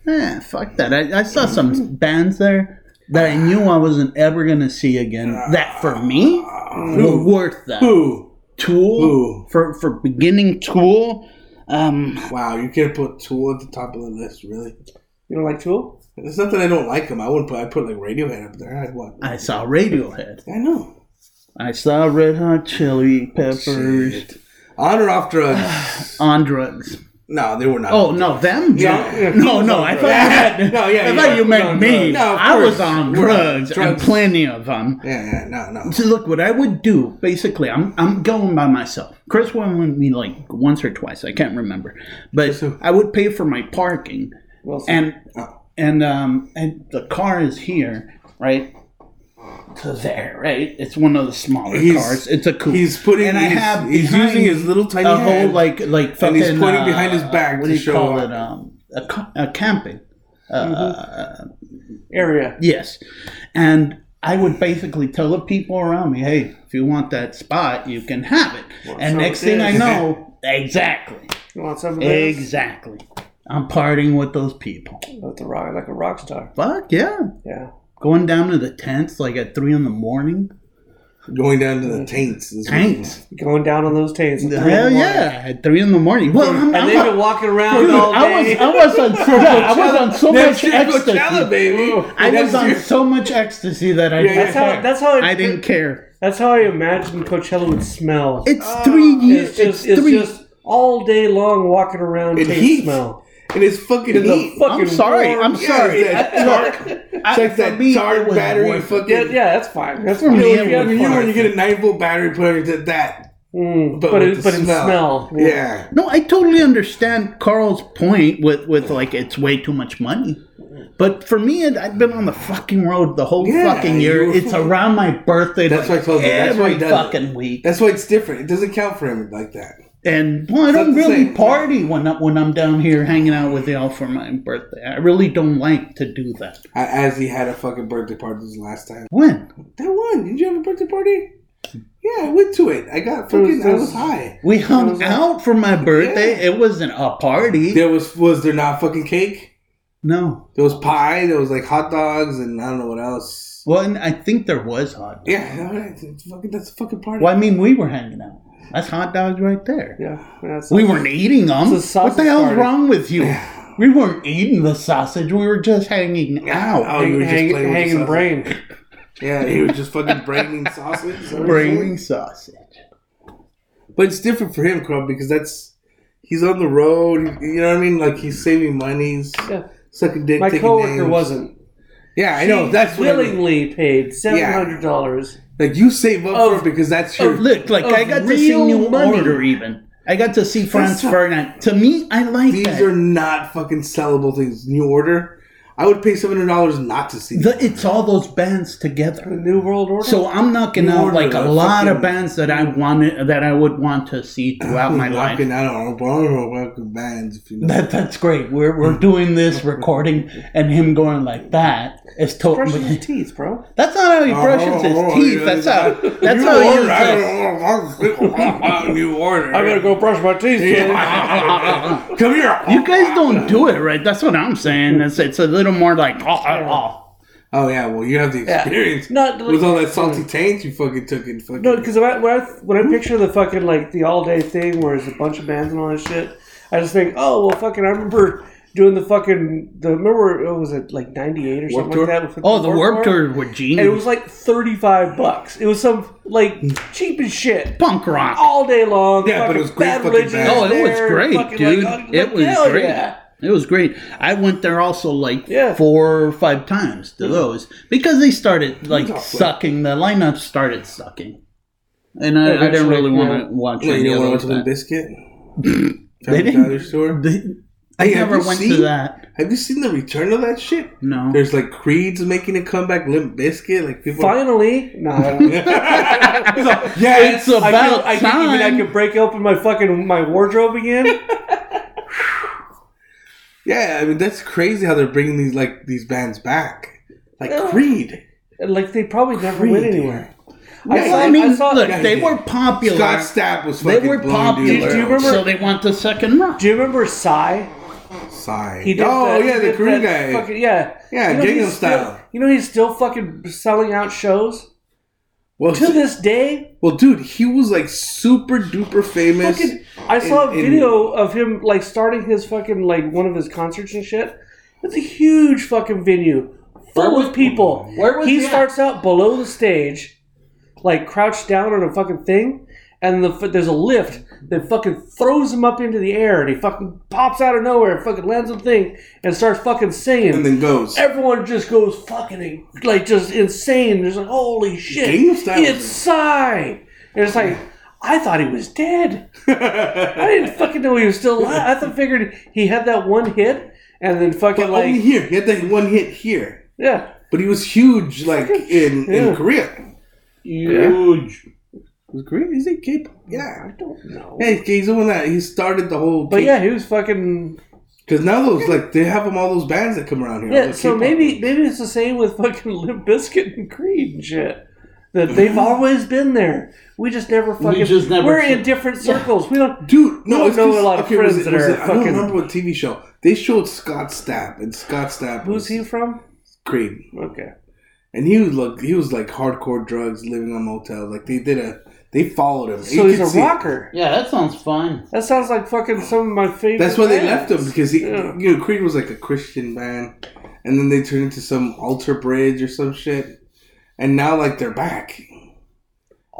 Eh, fuck that. I, I saw some bands there that I knew I wasn't ever gonna see again. That for me were worth that. Ooh. Tool Who? for for beginning Tool. Um, Wow, you can't put Tool at the top of the list, really. You know, like Tool. It's not that I don't like him. I wouldn't put. I put like Radiohead up there. I'd want. I saw Radiohead. I know. I saw Red Hot Chili Peppers Shit. On or off drugs? *sighs* on drugs. no, they were not. Oh no, them? Yeah. drugs. No, no. I thought you meant. No, yeah, I yeah. thought you meant me. No, of I was course. on We're on drugs, and drugs. plenty of them. Yeah, yeah, no, no. So look, what I would do basically, I'm I'm going by myself. Chris went with me like once or twice. I can't remember, but who? I would pay for my parking, Wilson. and Oh. and um and the car is here, right? To there, right? It's one of the smaller He's- cars. It's a coupe. He's putting. and I have he's behind using his little tiny a whole hand. like like and fucking. he's pointing uh, behind his back What do to you show call off. it? Um, a, ca- a camping. area. Yes. And I would basically tell the people around me, hey, if you want that spot, you can have it. and so next thing I it is. *laughs* know, exactly. You want some of this? Exactly. I'm partying with those people. Like the rock, like a rock star. Fuck yeah. Yeah. Going down to the tents like at three in the morning. Going down to the taints. is what he *laughs* was- Tents. Going down on those tails. at three in the Hell morning. yeah. At three in the morning. Well, I'm, And I'm they've been not, walking around dude, all I was day. I was *laughs* on so much, I was on so Next much year, ecstasy. Coachella, baby. I was Next on year. so much ecstasy that I didn't that's how. care. That's how. I, *laughs* I didn't care. That's how I imagined Coachella would smell. It's three years. Ah, it's It's, just, it's, three. just all day long walking around In taint heat. smell. And it's fucking heat. The fucking I'm sorry. warm- I'm Yeah, sorry. it's *laughs* that dark- I- it's like for that me, it dark was battery worth it. fucking. Yeah, yeah, that's fine. That's For fine. me, You it know, was You you know have when you get a nine volt battery put into that, Mm, but, but with it, the but in smell. smell. Yeah. No, I totally understand Carl's point with, with like it's way too much money. But for me, it, I've been on the fucking road the whole Yeah, fucking year. you- It's around my birthday. That's like, what I told you. That's why every he does it. fucking week. That's why it's different. It doesn't count for him like that. And well, I It's not don't the really same. party when I, when I'm down here hanging out with y'all for my birthday. I really don't like to do that. I, as he had a fucking birthday party this last time. When That one? Did you have a birthday party? Yeah, I went to it. I got fucking. I was high. we It was hung like- out for my birthday, it wasn't a party. There was was there not fucking cake? no. There was pie. There was like hot dogs and I don't know what else. Well, and I think there was hot. Yeah, all right, it's fucking, that's a fucking party. Well, I mean, we were hanging out. That's hot dogs right there. Yeah, yeah, it's- We weren't eating them. It's a What the sausage hell's party. wrong with you? We weren't eating the sausage. We were just hanging out. Oh, you were just hang, playing with hanging yourself. brain. Yeah, he was just fucking *laughs* braining sausage. or Bringing sausage. something. But it's different for him, Crumb, because that's he's on the road. You know what I mean? Like he's saving money. He's Yeah. sucking dick. My taking coworker names. wasn't. Yeah, I She know. That's what I mean. willingly paid seven hundred dollars. Like you save up Of- for it because that's your. Look, like Of I got to see real New money. Order even. I got to see Franz not- Ferdinand. To me, I like These that. are not fucking sellable things. New order. I would pay seven hundred dollars not to see. The- it's all those bands together. New World Order. So I'm knocking New out Order, like a a lot of fucking- bands that I wanted that I would want to see throughout my life. Fucking, I don't know. I don't know fucking bands. If you know. That that's great. We're Mm. we're doing this recording, and him going like that is brushing totally. his teeth, bro. That's not how he Oh, brushes his oh, teeth. yeah, that's yeah. how. That's New how he order. I uses. don't know. *laughs* New order. I gotta go brush my *laughs* teeth. Yeah. Come here. You guys don't do it right. That's what I'm saying. It's it's a little more like oh, oh, Oh yeah, well you have the experience. Not like- with all that salty taint you fucking took and fucking. No, because when I, when, I, when I picture the fucking like the all day thing where it's a bunch of bands and all that shit, I just think, oh well, fucking. I remember doing the fucking the remember what was it like ninety eight or something Tour? like that. with oh. The warp Tour. tour with And it genius. was like thirty five bucks. It was some like cheap as shit. Punk rock. Oh. All day long. Hmm. Yeah, but it fucking was great Bad fucking Religion band. Oh, it was there, great, fucking, dude. like, it was hell great. yeah. It was great. I went there also like Yeah. four or five times Mm-hmm. to those because they started like Exactly. sucking. The lineup started sucking, and I, I didn't Eventually, really want yeah. to watch Wait, any you know of what to those. *clears throat* biscuit? They Family didn't- Dollar store. They- I Hey, have never you went to seen- that. Have you seen the return of that shit? No, There's like Creed's making a comeback, Limp Biscuit, like people. Finally, no, I don't. Yeah, *laughs* it's it's- I about could, I could, time. even I could break open my fucking my wardrobe again. *laughs* yeah. I mean, that's crazy how they're bringing these like these bands back, like Yeah. Creed. like they probably never went anywhere. Well, I, saw, I mean, I saw, look, Yeah, he they did. were popular. Scott Stapp was they fucking. were blown, dude. popular, Do you remember- so they want the second round. Do you remember Psy? Sigh. He did oh that- he yeah, the did Korean that guy. Fucking, yeah, Yeah, You know, Gangnam he's Style. Still, you know he's still fucking selling out shows well, to s- this day. well, dude, he was like super duper famous. Fucking, I in- saw a in- video of him like starting his fucking like one of his concerts and shit. It's a huge fucking venue full of people. where was he he at? starts out below the stage, like crouched down on a fucking thing, and the f- there's a lift that fucking throws him up into the air, and he fucking pops out of nowhere, and fucking lands on the thing, and starts fucking singing. and then goes. *laughs* Everyone just goes fucking in- like just insane. There's like holy shit, Gangnam Style was it's Psy. And it's like I thought he was dead. I didn't fucking know he was still alive. I thought figured he had that one hit and then fucking but like only here, he had that one hit here. yeah. But he was huge, like in Yeah. in Korea. Huge. Was Korea? Is he K-pop? Yeah. I don't know. Yeah, he's the one that he started the whole. But yeah, he was fucking Because now those like they have them all those bands that come around here. all yeah. those So K-pop maybe bands. maybe it's the same with fucking *laughs* Limp Bizkit and Creed and shit. *laughs* That they've always been there. We just never fucking. just never we're see- in different circles. We don't. dude, I no, don't it's know 'cause- a lot of was friends it- that was are it- I don't fucking- remember what TV show they showed Scott Stapp and Scott Stapp Who's was he from? Creed, Okay. and he was like he was like hardcore drugs, living on motels. Like they did a they followed him. So You he's could a see it. rocker. Yeah, that sounds fun. That sounds like fucking some of my favorite. That's why they bands. left him because he, Yeah. you know, Creed was like a Christian band, and then they turned into some altar bridge or some shit, and now like they're back,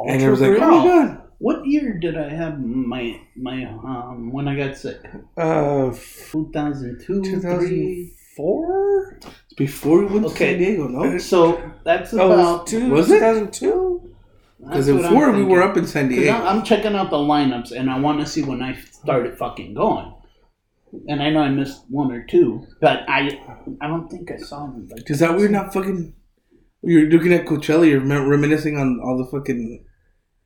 and it was like, oh my god, What year did I have my my um when I got sick? Uh, 2002, 2003. 2004? it's before we went Okay. to San Diego, no, So that's Oh, about was it? 2002? because before we were up in San Because I'm, Diego. I'm checking out the lineups and I want to see when I started fucking going. And I know I missed one or two, but I I don't think I saw them. Like, Is that we're not fucking? You're looking at Coachella. You're rem- reminiscing on all the fucking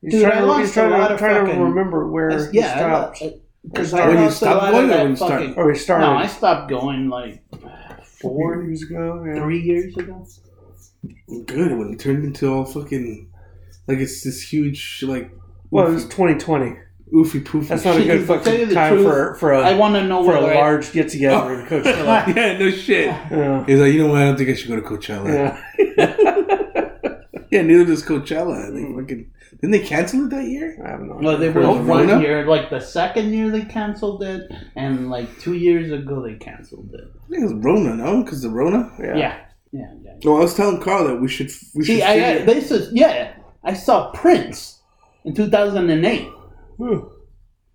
He's Dude, I trying, lost he's trying, a lot to, of trying to fucking- remember where he yeah, uh, stopped. because When you stop going or when you start? Oh, fucking. or Oh, he started No, I stopped going like four four, years ago. Yeah. three years ago. Good when it turned into all fucking like it's this huge like Well, it was 2020. oofy poofy. That's not a shit. To *laughs* good tell you fucking the time truth, for for Uh, I a want Oh. to know for a whether I- large get together in *laughs* Coachella. yeah, no shit. Yeah. He's like, you know what? I don't think I should go to Coachella. Yeah, Yeah. neither does Coachella. Mm. They fucking didn't they cancel it that year? I have no Well, idea. they For were the Rona? one year, like the second year they canceled it, and like two years ago they canceled it. I think it was Rona, no? Because the Rona. Yeah. Yeah, yeah, yeah. Well, I was telling Carl that we should we should See, I, I figure- this is yeah. I saw Prince in *sighs* 2008 Whew.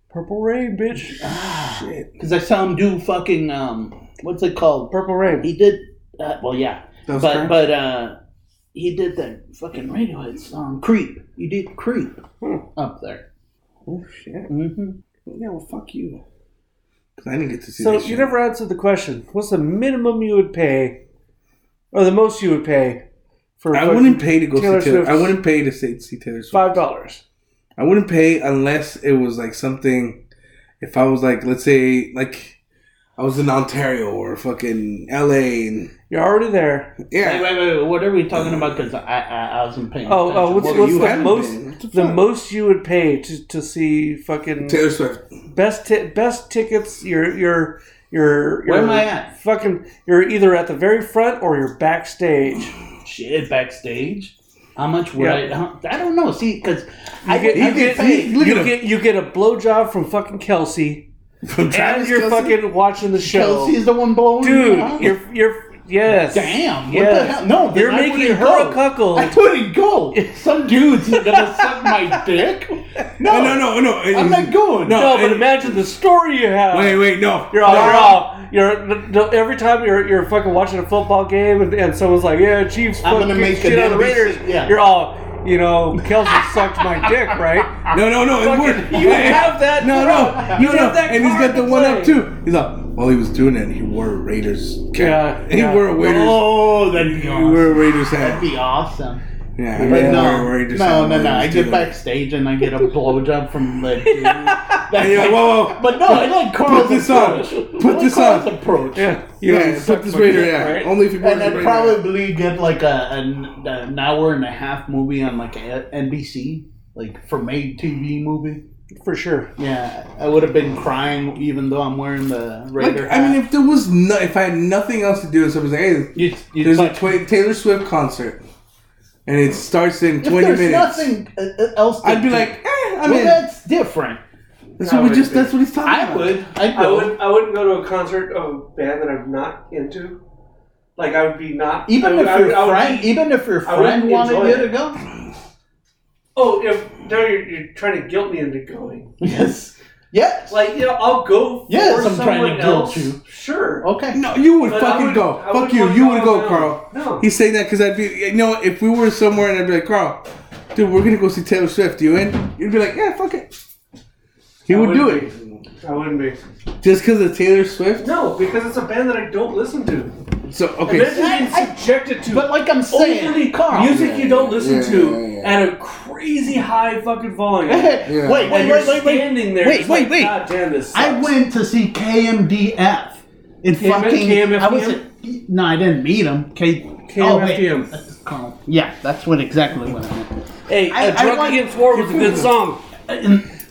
Purple Rain, bitch. shit. because I saw him do fucking um, what's it called? Purple Rain. He did uh, well, yeah, That was but Carl. but uh, he did that fucking Radiohead song "Creep." You did "Creep" Hmm. up there. oh shit. hmm Yeah, well, fuck you. Because I didn't get to see. So that you shit. never answered the question. What's the minimum you would pay, or the most you would pay for? I fucking wouldn't pay to go Taylor see Taylor. Swift. I wouldn't pay to see, see Taylor Swift. five dollars. I wouldn't pay unless it was like something. If I was like, let's say, like I was in Ontario or fucking L.A. and You're already there. Wait, yeah, wait, wait, wait, What are we talking about? Because I, I I wasn't paying. Oh, oh, attention. what's, What- Well, what's you the haven't most been. What the the, fuck? most you would pay to, to see fucking Taylor Swift. best ti- best tickets? Your your your Where am your I at? Fucking, you're either at the very front or you're backstage. shit backstage. How much would Yeah. I? how- I don't know. See, because I get- get, I he get gets- paid. Look at you him. get you get a blowjob from fucking Kelsey, From and you're Kelsey? fucking watching the show. Kelsey's the one blowing Dude, you up. you're you're yes. Damn! What Yes. the hell? No, then you're I making wouldn't her go. a cuckold. I wouldn't go. Some dudes are gonna suck my *laughs* dick. No, No, no, no, no. I'm not going. No. no, but and- imagine the story you have. Wait, wait, no. You're all, you're all, you're no- no, every time you're you're fucking watching a football game and, and someone's like, yeah, Chiefs, I'm fucking gonna make shit an on the NBC Raiders. yeah. You're all, you know, Kelsey sucked my dick, right? No, no, no. It worked. *laughs* you have that No, crowd. no, You no, have no. that And he's card got the to one play. up too. He's like, while he was doing it, he wore a Raiders. cap. Yeah, he yeah. wore a Raiders. Oh, that'd be He wore a awesome. Raiders That'd hat. be awesome. Yeah, he But wore no, a Raiders hat no, while no, he no. was I doing get it. backstage and I get *laughs* a blowjob from the dude. That's And you're like- like, whoa, *laughs* whoa. But no, I like Carl's Put this on. approach. Put I like this Carl's on. approach. Yeah, you Yeah, know, yeah sucked put this my Raider. dick, Yeah, right? only if you bought And the Raider. I'd probably get like a an, an hour and a half movie on like a NBC, like for made TV movie. for sure. Yeah, I would have been crying even though I'm wearing the Like, Raider I mean, hat. if there was no, if I had nothing else to do, and someone's like, "Hey, You- you- there's a but tw- Taylor Swift concert, and it starts in if 20 there's minutes," nothing uh, uh, else. to I'd be do- like, eh, "I well, mean, that's different. that's I what we would just. be- That's what he's talking I about." would. I'd I go. would I wouldn't go to a concert of a band that I'm not into. Like I would be not Even I would- if I would- your I would friend, be- even if your I wouldn't friend wanted enjoy you it. to go. oh, if now you're, you're trying to guilt me into going. Yes. Yes. Like you know, I'll go. For Yes, I'm someone trying to guilt else. you. Oh, Sure. Okay. No, you would But I fucking would- go. I Fuck would you. fuck You no, would go, no. Carl. No. He's saying that because I'd be, you know, if we were somewhere and I'd be like, Carl, dude, we're gonna go see Taylor Swift. You in? You'd be like, yeah, fuck it. He I would do wouldn't it be. I wouldn't be. just because of Taylor Swift. No, because it's a band that I don't listen to. So okay, Imagine being I- I- subjected to But like I'm overly saying, Carl. *laughs* music you don't listen Yeah, to yeah, at a crazy high fucking volume. Wait, Yeah. wait, and wait, you're wait, wait, standing there. Wait, just wait, like, wait. God damn this. Sucks. I went to see KMDF. In KM fucking, I was KMFDM? at, no, I didn't meet him. K, oh, wait. KMFDM. That's Carl. Yeah, that's what exactly what I *laughs* meant. Hey, I- a I Drunk want- Against War was a good song,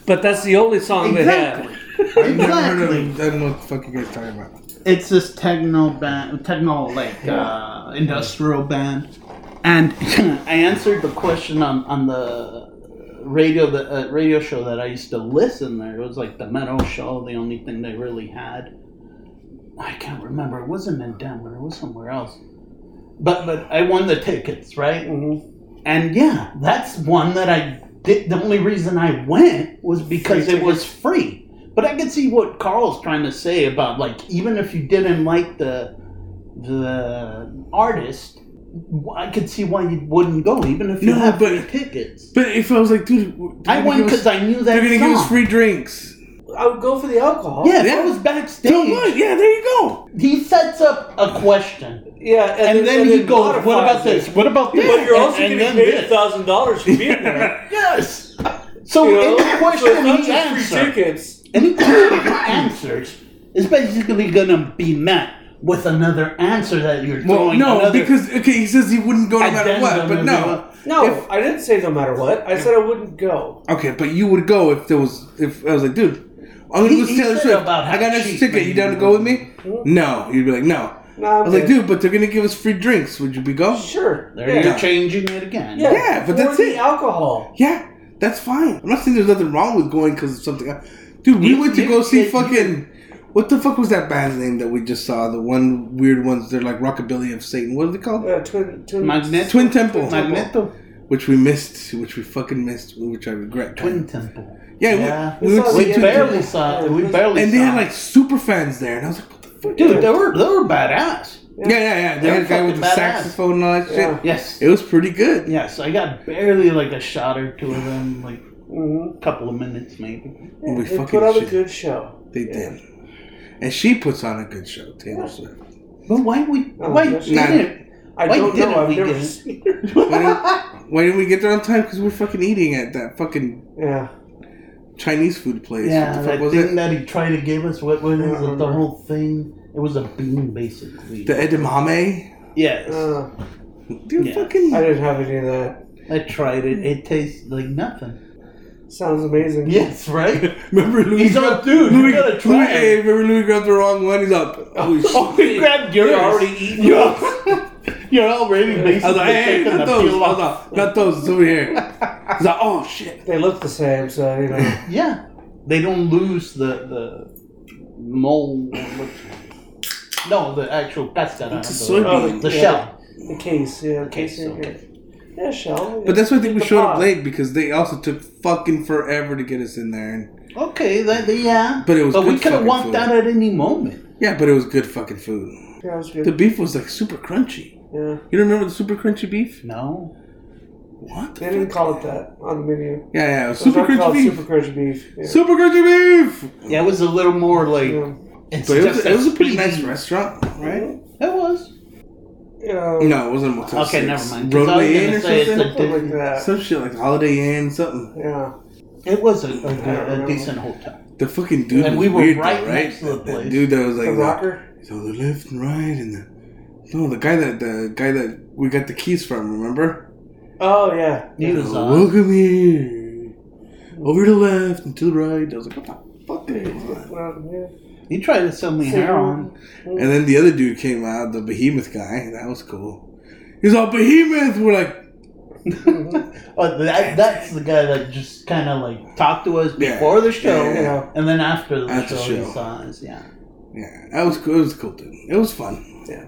but that's the only song Exactly. I've never heard of. exactly. I don't know what the fuck you guys are talking about. It's this techno band, techno like uh, industrial band, and *laughs* I answered the question on on the radio the uh, radio show that I used to listen there. It was like the metal show, the only thing they really had. I can't remember. It wasn't in Denver. It was somewhere else. But but I won the tickets, right? they had. Mm-hmm. And yeah, that's one that I did. The only reason I went was because Free it was free. But I can see what Carl's trying to say about like even if you didn't like the the artist, I could see why you wouldn't go even if you No, have but- free tickets. But if I was like, dude, they're I gonna went give us- because I knew that they're gonna give us song. free drinks. I would go for the alcohol. Yeah, if Yeah. I was So backstage. what? Yeah, there you go. He sets up a question, yeah, and, then, he goes, "What modifies about it." this? What about this?" But you're also And- and getting then paid a this. *laughs* thousand dollars for being there. Yes. So You know? any So it's question not he just free answers, tickets. any question he answers is basically gonna be met with another answer that you're Well, throwing. no, another- because okay, he says he wouldn't go no matter what, but Addendum no. No, I didn't say no matter what. I said I wouldn't go. Okay, but you would go if there was if I was like, dude, I'm gonna He- go see he Taylor said Swift. about how I got an extra cheap ticket. You down to go with me? Mm-hmm. No, you'd be like, no. No, I I'm was like, good. dude, but they're gonna give us free drinks. Would you be go? Sure. There yeah. you're changing it again. Yeah, Yeah, but for that's the it. alcohol. Yeah, that's fine. I'm not saying there's nothing wrong with going because of something. else. Dude, we You- went to you- go see you- fucking. What the fuck was that band's name that we just saw? The one weird ones. They're like Rockabilly of Satan. What are they called? Uh, twin, twin, Magneto. Twin Temple. Magneto. Which we missed. Which we fucking missed. Which I regret. Twin Temple. Yeah, we- Yeah. we, went saw to see the We Twin barely Temple. barely saw it. We barely And saw they had it. like super fans there, and I was like, what the fuck? Dude, they were they were badass. Yeah, yeah, yeah. They They're had a guy with fucking the badass. saxophone and all that shit. Yeah. Yes. It was pretty good. Yes, I got barely like a shot or two of them, like hmm a couple of minutes maybe. And we They fucking put on a shit. good show. They did. And she puts on a good show, Taylor Swift. But why would Oh, why yes. didn't I Why don't didn't know. I've we never get it? seen her. *laughs* Why didn't, why didn't we get there on time? Because we're fucking eating at that fucking Yeah. Chinese food place. yeah what the that fuck was thing it? Uh-huh. that he tried to give us? What was don't it? The remember. whole thing. It was a bean basically. The edamame. yes, Uh, *laughs* Dude, Yeah. fucking. I didn't have any of that. I tried it. It tastes like nothing. Sounds amazing. Yes, right. Remember *laughs* Louis? He's all, "Dude, you Louis, gotta try Louis- it." hey, remember Louis grabbed the wrong one. He's up. Oh shit! *laughs* oh, you grabbed yours. You're already eating. You're, *laughs* you're already I basically was like, hey, taking the not those, peel hold off. on, not those. It's over here. He's like, oh shit. They look the same, so you *laughs* know. Yeah, they don't lose the the mold. No, the actual pasta. not It's a the, soybean. the Yeah. shell. The case, yeah. The Case, yeah, Oh, okay. yeah. Yeah, shell. But that's why I think we The showed up pod. late because they also took fucking forever to get us in there. And, Okay, that, yeah. But it was we good could have fucking walked food. out at any moment. yeah, but it was good fucking food. Yeah, it was The good. beef was like super crunchy. Yeah. You remember the super crunchy beef? No. What? the They didn't fuck? call it that on the menu. Yeah, yeah, it was It was super not crunchy called beef. Super crunchy beef. Yeah. Super crunchy beef. Yeah, it was a little more like. Yeah. It's But it was, just it was a pretty speedy- nice restaurant, right? It was. Yeah. No, it wasn't a Motel Okay, Six. never mind. 'cause I was Roadway gonna Inn or say it's a something. Something like different- that. Some shit like Holiday Inn, something. Yeah. It was a, I don't a, a remember. decent hotel. The fucking dude And was we were weird, right though, next to the That- that place. dude that was like The rocker? So the left and right and the no, the guy that the guy that we got the keys from, remember? Oh, yeah. He was So, on. welcome here. Over to the left and to the right. I was like, what the fuck are you doing? Well, yeah. He tried to sell me heroin. And then the other dude came out, the behemoth guy, and that was cool. He's all behemoth. We're like, Mm-hmm. Oh, that, that's the guy that just kind of like talked to us Yeah. before the show, Yeah, yeah. and then after the After show, show. he saw us. Yeah. yeah, that was cool. It was cool, dude. It was fun. Yeah.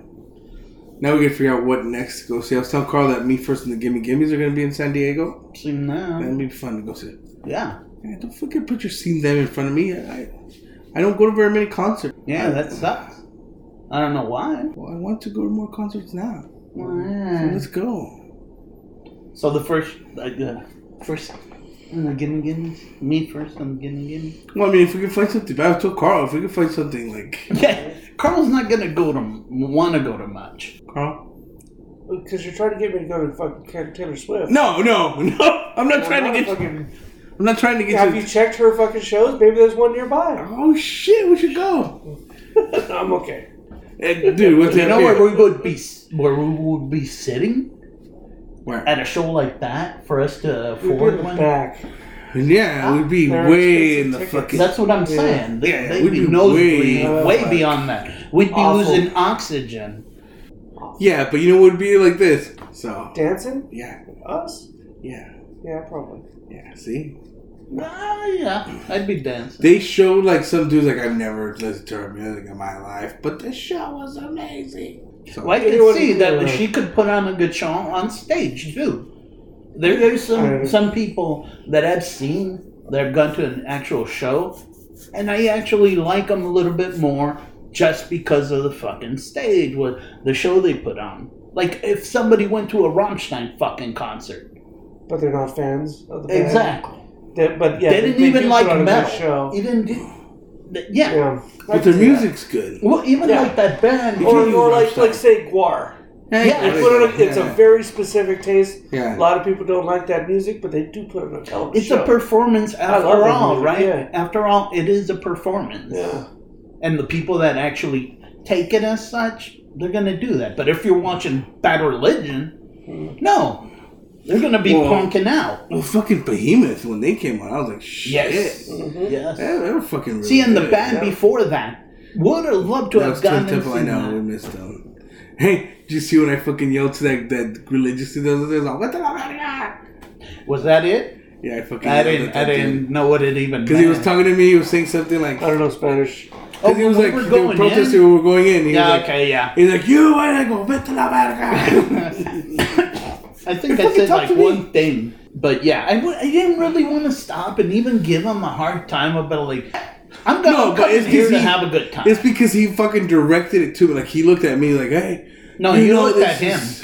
Now we gotta figure out what next to go see. I was telling Carl that me first and the Gimme Gimmes are gonna be in San Diego. Seen that. That'd be fun to go see. Yeah, Yeah, don't fucking put your seen them in front of me. I, I don't go to very many concerts. yeah, that sucks. I don't know why. Well, I want to go to more concerts now. So Why? let's go. So the first, uh, the first, and the gimme gimme, me first and the gimme gimme. Well, I mean, if we can find something, but I told Carl if we can find something like *laughs* Yeah, Carl's not gonna go to want to go to much. Carl. Because you're trying to get me to go to fucking Taylor Swift. No, no, *laughs* no. I'm not Well, trying not a to get. You, fucking- I'm not trying to get Have you. you checked her fucking shows? Maybe there's one nearby. Oh shit, we should go. I'm okay. Eh, dude, what's You that? know beer? where we would be, where we would be sitting Where? at a show like that for us to We're afford in the one. back. Yeah, we'd be There are way in the expensive fucking. That's what I'm saying. They, Yeah, yeah, would we'd be, be nosebleed, way- way, beyond that. We'd be Awful. losing oxygen. Yeah, but you know what would be like this. So Dancing? yeah, Us? yeah, Yeah, probably. yeah. See, Ah, yeah, I'd be dancing. they showed like some dudes like I've never listened to her music in my life, but the show was amazing. So, Well, I It could wouldn't be see that around. she could put on a good show on stage too. There, there's some I- some people that I've seen that have gone to an actual show, and I actually like them a little bit more just because of the fucking stage, what the show they put on. Like if somebody went to a Rammstein fucking concert, But they're not fans of the band. exactly. They- but yeah, they didn't do even put like on a good metal. Show. You didn't. Do, th- yeah. Yeah. but their music's good. Well, even Yeah. like that band. You Or, or can use like, Rammstein. like say Guar. Yeah, Yeah, they put on a, it's yeah. a very specific taste. Yeah. A lot of people don't like that music, but they do put it on a television. It's a show. performance love after that all, movie, right? yeah. After all, it is a performance. Yeah. And the people that actually take it as such, they're going to do that. But if you're watching Bad Religion, no. They're going to be Well- punking out. Well, Oh, fucking Behemoth when they came out, I was like, shit. Yes. Yes. Yeah, they were fucking. Really See, and the good. band before that would have loved to That have was gotten Twin and Temple. I seen know we that. missed them. Hey, did you see when I fucking yelled to that that religious dude? that was there, like, what the Was that it? Yeah, I fucking. I didn't. I didn't know what it even. Because he was meant. talking to me, he was saying something like, I don't know Spanish. Oh, because he was we like, were they were going protesting, in? we were going in. He Yeah. was like, okay. Yeah. He's like, you, and I go, vete la verga. *laughs* *laughs* I think I fucking said talk like to me. one thing, but yeah, I w- I didn't really want to stop and even give him a hard time about like I'm gonna No, but come it's 'cause here to he- have a good time. it's because he fucking directed it to me. Like, he looked at me like, hey. No, you know looked this at him. is-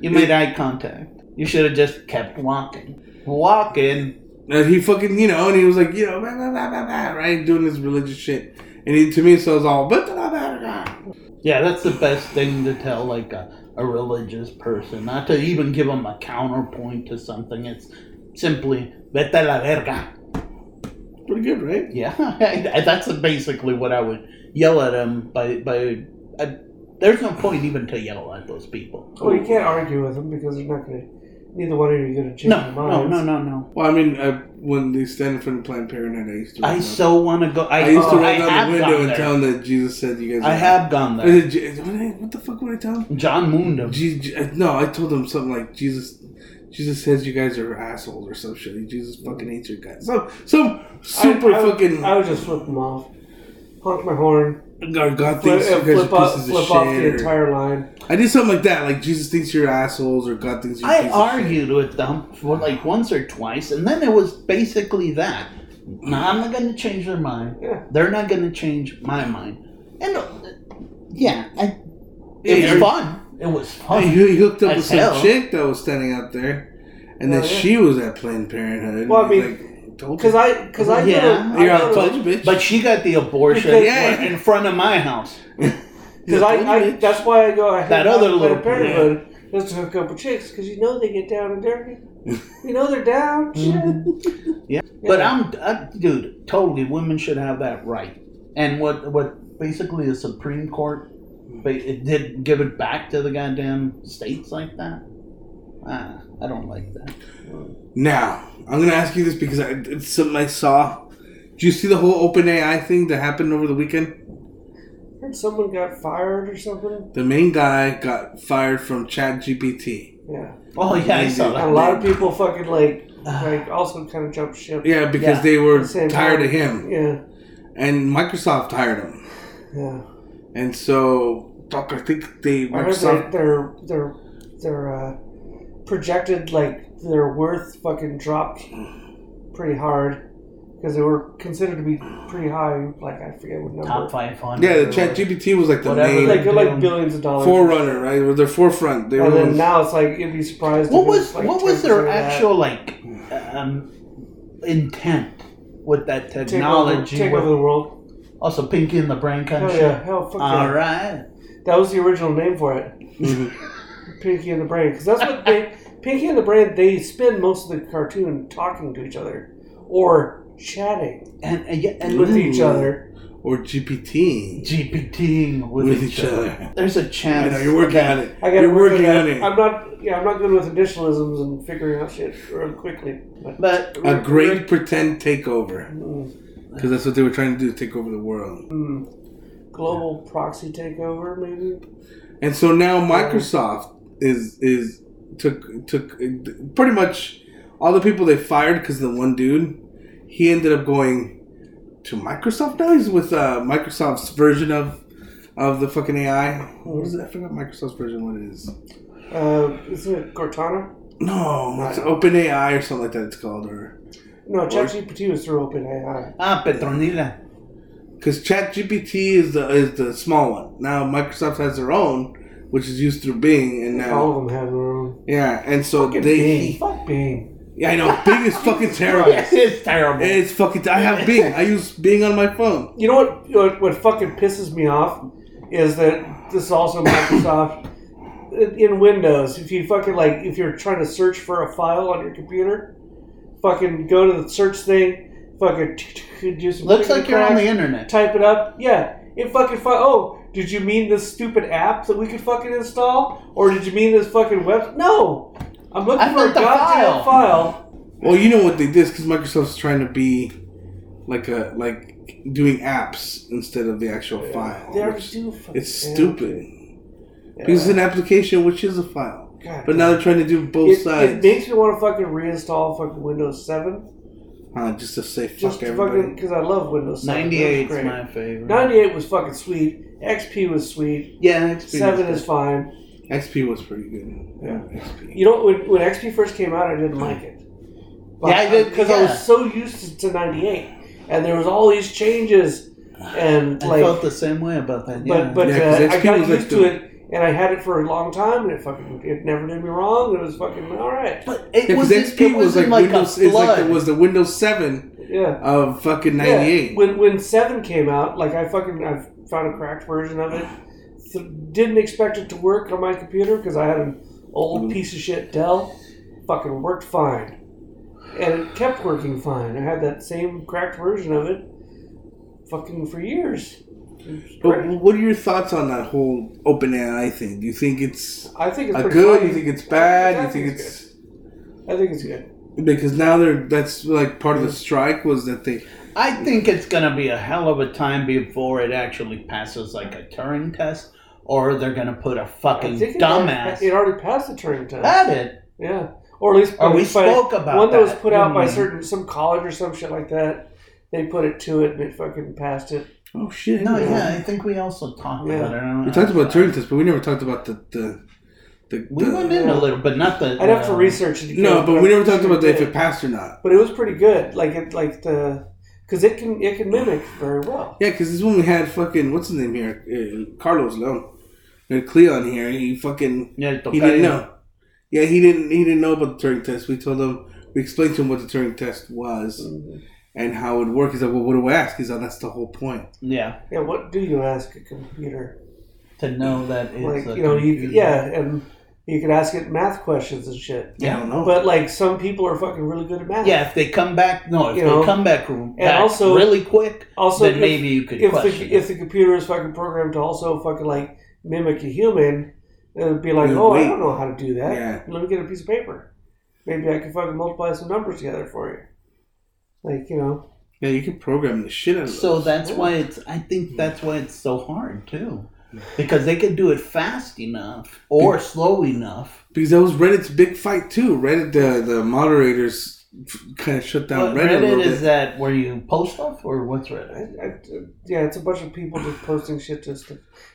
You made eye contact. You should have just kept walking, walking. And he fucking, you know, and he was like, you know, blah, blah, blah, blah, blah, right? Doing this religious shit. And he, to me, so I was all, vete la verga. Yeah, that's the best thing to tell like a, a religious person, not to even give them a counterpoint to something. It's simply vete a la verga. Pretty good, right? Yeah, *laughs* that's basically what I would yell at him. By by, I, there's no point even to yell at those people. Oh, Well, you can't argue with them because they're not going to. Neither one of you are going to change No, your no, minds. no, no, no. Well, I mean, I, when they stand in front of Planned Parenthood, I used to. I run- so want to go. I, I Oh, used to run have down the gone window and there. tell him that Jesus said you guys. I are- have gone I *laughs* there. said, "Je- what the- What the fuck would I tell him? John Mundo. Je- Je- no, I told him something like Jesus. Jesus says you guys are assholes or some shit. Jesus fucking hates you guys. Some some super I, I fucking Would, I would just flip them off, honk my horn, God, God flip, thinks you flip, guys are off, pieces flip of off the shit. or- entire line. I did something like that. Like Jesus thinks you're assholes or God thinks you're. I pieces of shit. argued with them for like once or twice, and then it was basically that. No, I'm not going to change their mind. Yeah. They're not going to change my mind. And uh, yeah, I, Hey, it are- was fun. It was fun. Hey, he hooked up with As hell. some chick that was standing out there, and then Oh, yeah. she was at Planned Parenthood. Well, I mean, like, told Because you. I, because I, Yeah. go to- you're I out go of to- touch, bitch. But she got the abortion Yeah. in front of my house. Because I, I, that's why I go. I That hang out other with little- Planned Parenthood just to hook up with chicks because you know they get down and dirty. you know they're down. Shit. Yeah. But I'm, I, dude, totally. Women should have that right. And what, what basically the Supreme Court ba- it did give it back to the goddamn states like that. Ah, I don't like that. Now, I'm gonna ask you this because I, it's something I saw. Did you see the whole OpenAI thing that happened over the weekend? Heard someone got fired or something. The main guy got fired from ChatGPT. Yeah. Oh yeah, I saw And a that. lot of people fucking like, like also kind of jumped ship. Yeah, because Yeah. they were Same tired time. of him, Yeah. and Microsoft hired him, Yeah. and so fuck, I think they I heard that Microsoft. their their their uh, projected like their worth fucking dropped pretty hard because they were considered to be pretty high. Like I forget what number. Ah, Top five hundred. Yeah, the ChatGPT was like the Whatever main Like they're like Damn. billions of dollars. forerunner, right? It was their forefront. They And were. then now it's like you'd be surprised. What if it was like what was 10% of their that. actual like um, intent with that take over- technology? Take over the world. also, Pinky in the Brain kind of Hell shit. yeah! Hell fuck All yeah. right. That was the original name for it. Mm-hmm. Pinky and the Brain, because that's what they Pinky and the Brain. They spend most of the cartoon talking to each other or chatting and and, yet- and with each Ooh. other. or GPT. GPTing with, With each, each other. other. There's a I chance. know you're working on it. I got You're working on it. I'm not. Yeah, I'm not good with additionalisms and figuring out shit real quickly. But But A great pretend takeover, mm, because that's what they were trying to do: take over the world. mm, global proxy takeover, maybe. And so now Microsoft is is took took pretty much all the people they fired because the one dude he ended up going to Microsoft now. He's with uh, Microsoft's version of of the fucking AI. What is it? I forgot Microsoft's version. What it is? Uh, isn't it Cortana? No, it's Open AI or something like that. It's called or No, ChatGPT was through OpenAI. ah Petronila. because ChatGPT is the is the small one. Now Microsoft has their own. Which is used through Bing, and now All of them have their own. yeah, and so Fucking they, Bing. Fuck Bing. yeah, I know Bing is *laughs* fucking terrible. Yes, *laughs* it's terrible. It's fucking. I have Bing. I use Bing on my phone. You know what? you know What, what fucking pisses me off is that this is also Microsoft. in Windows, if you fucking like, if you're trying to search for a file on your computer, fucking go to the search thing, fucking *laughs* do some. Looks like you're on the internet. Type it up, yeah. It fucking fi- oh, did you mean this stupid app that we could fucking install, or did you mean this fucking web? No, I'm looking I for a meant the file. goddamn file. Well, you know what they did because Microsoft's trying to be like a like doing apps instead of the actual file. They already which- do fucking- it's stupid because it's an application which is a file, God but now they're trying to do both It, it sides. makes me want to fucking reinstall fucking Windows 7 uh, just to say fuck just to everybody. fucking because I love Windows 7. That was 98 great. is my favorite. 98 was fucking sweet. XP was sweet. yeah, it's 7 is fine. XP was pretty good. Yeah. XP. You know, when, when XP first came out, I didn't like it. Yeah, I did, Because I yeah. was so used to, to 98. And there was all these changes. And, I like, felt the same way about that. Yeah. but, but Yeah, 'cause uh, I XP got was, used like, to the- it. And I had it for a long time, and it fucking, it never did me wrong. It was fucking alright. But it Yeah, was because XP was like, Windows. a It's like flood. it was the Windows Seven Yeah. of fucking Yeah, '98. When when seven came out, like I fucking I found a cracked version of it. Th- didn't expect it to work on my computer because I had an Mm-hmm. old piece of shit Dell. Fucking worked fine, and it kept working fine. I had that same cracked version of it, fucking for years. But what are your thoughts on that whole open AI thing? Do you think it's I think it's a pretty good? fine. You think it's bad? I You think it's I think it's good. because now they're that's like part of the strike was that they I think it's going to be a hell of a time before it actually passes like a Turing test, or they're going to put a I fucking think it dumbass Already, it already passed the Turing test. at it. Yeah, or at least Or Oh, we by- spoke about one that was that, Mm-hmm. put out by didn't we? certain some college or some shit like that. They put it to it and it fucking passed it. oh shit No, yeah, I think we also talked Yeah. about it. I don't we know. talked about Turing test but we never talked about the the, the, We the- went in a little, but not the. I'd have to uh, research it. no again, but we never talked about it. if it passed or not But it was pretty good. Like it, like the because it can it can mimic very well. yeah because this is when we had fucking what's his name here uh, Carlos Leon we had Cleon here and he fucking Yeah, the he guy- didn't know yeah he didn't he didn't know about the Turing test we told him we explained to him what the Turing test was and how it worked he's like well what do I ask he's like that's the whole point Yeah, Yeah, what do you ask a computer? to know that it's Like a you know, you could, computer. yeah, and you could ask it math questions and shit. I yeah, don't know But like some people are fucking really good at math. yeah. If they come back, no, if You they know, come back, back also- really quick, Also, then if- maybe you could if question. the, if the computer is fucking programmed to also fucking like mimic a human, it would be like, Yeah, oh, wait. I don't know how to do that. Yeah. Let me get a piece of paper. Maybe I can fucking multiply some numbers together for you. Like you know, yeah you can program the shit out of it. those. so that's why it's. I think that's why it's so hard too, because they could do it fast enough or slow enough. Because that was Reddit's big fight too. Reddit, the the moderators kind of shut down But Reddit, Reddit, a little is bit. that where you post stuff or what's I, Reddit? I, yeah, it's a bunch of people just posting shit, just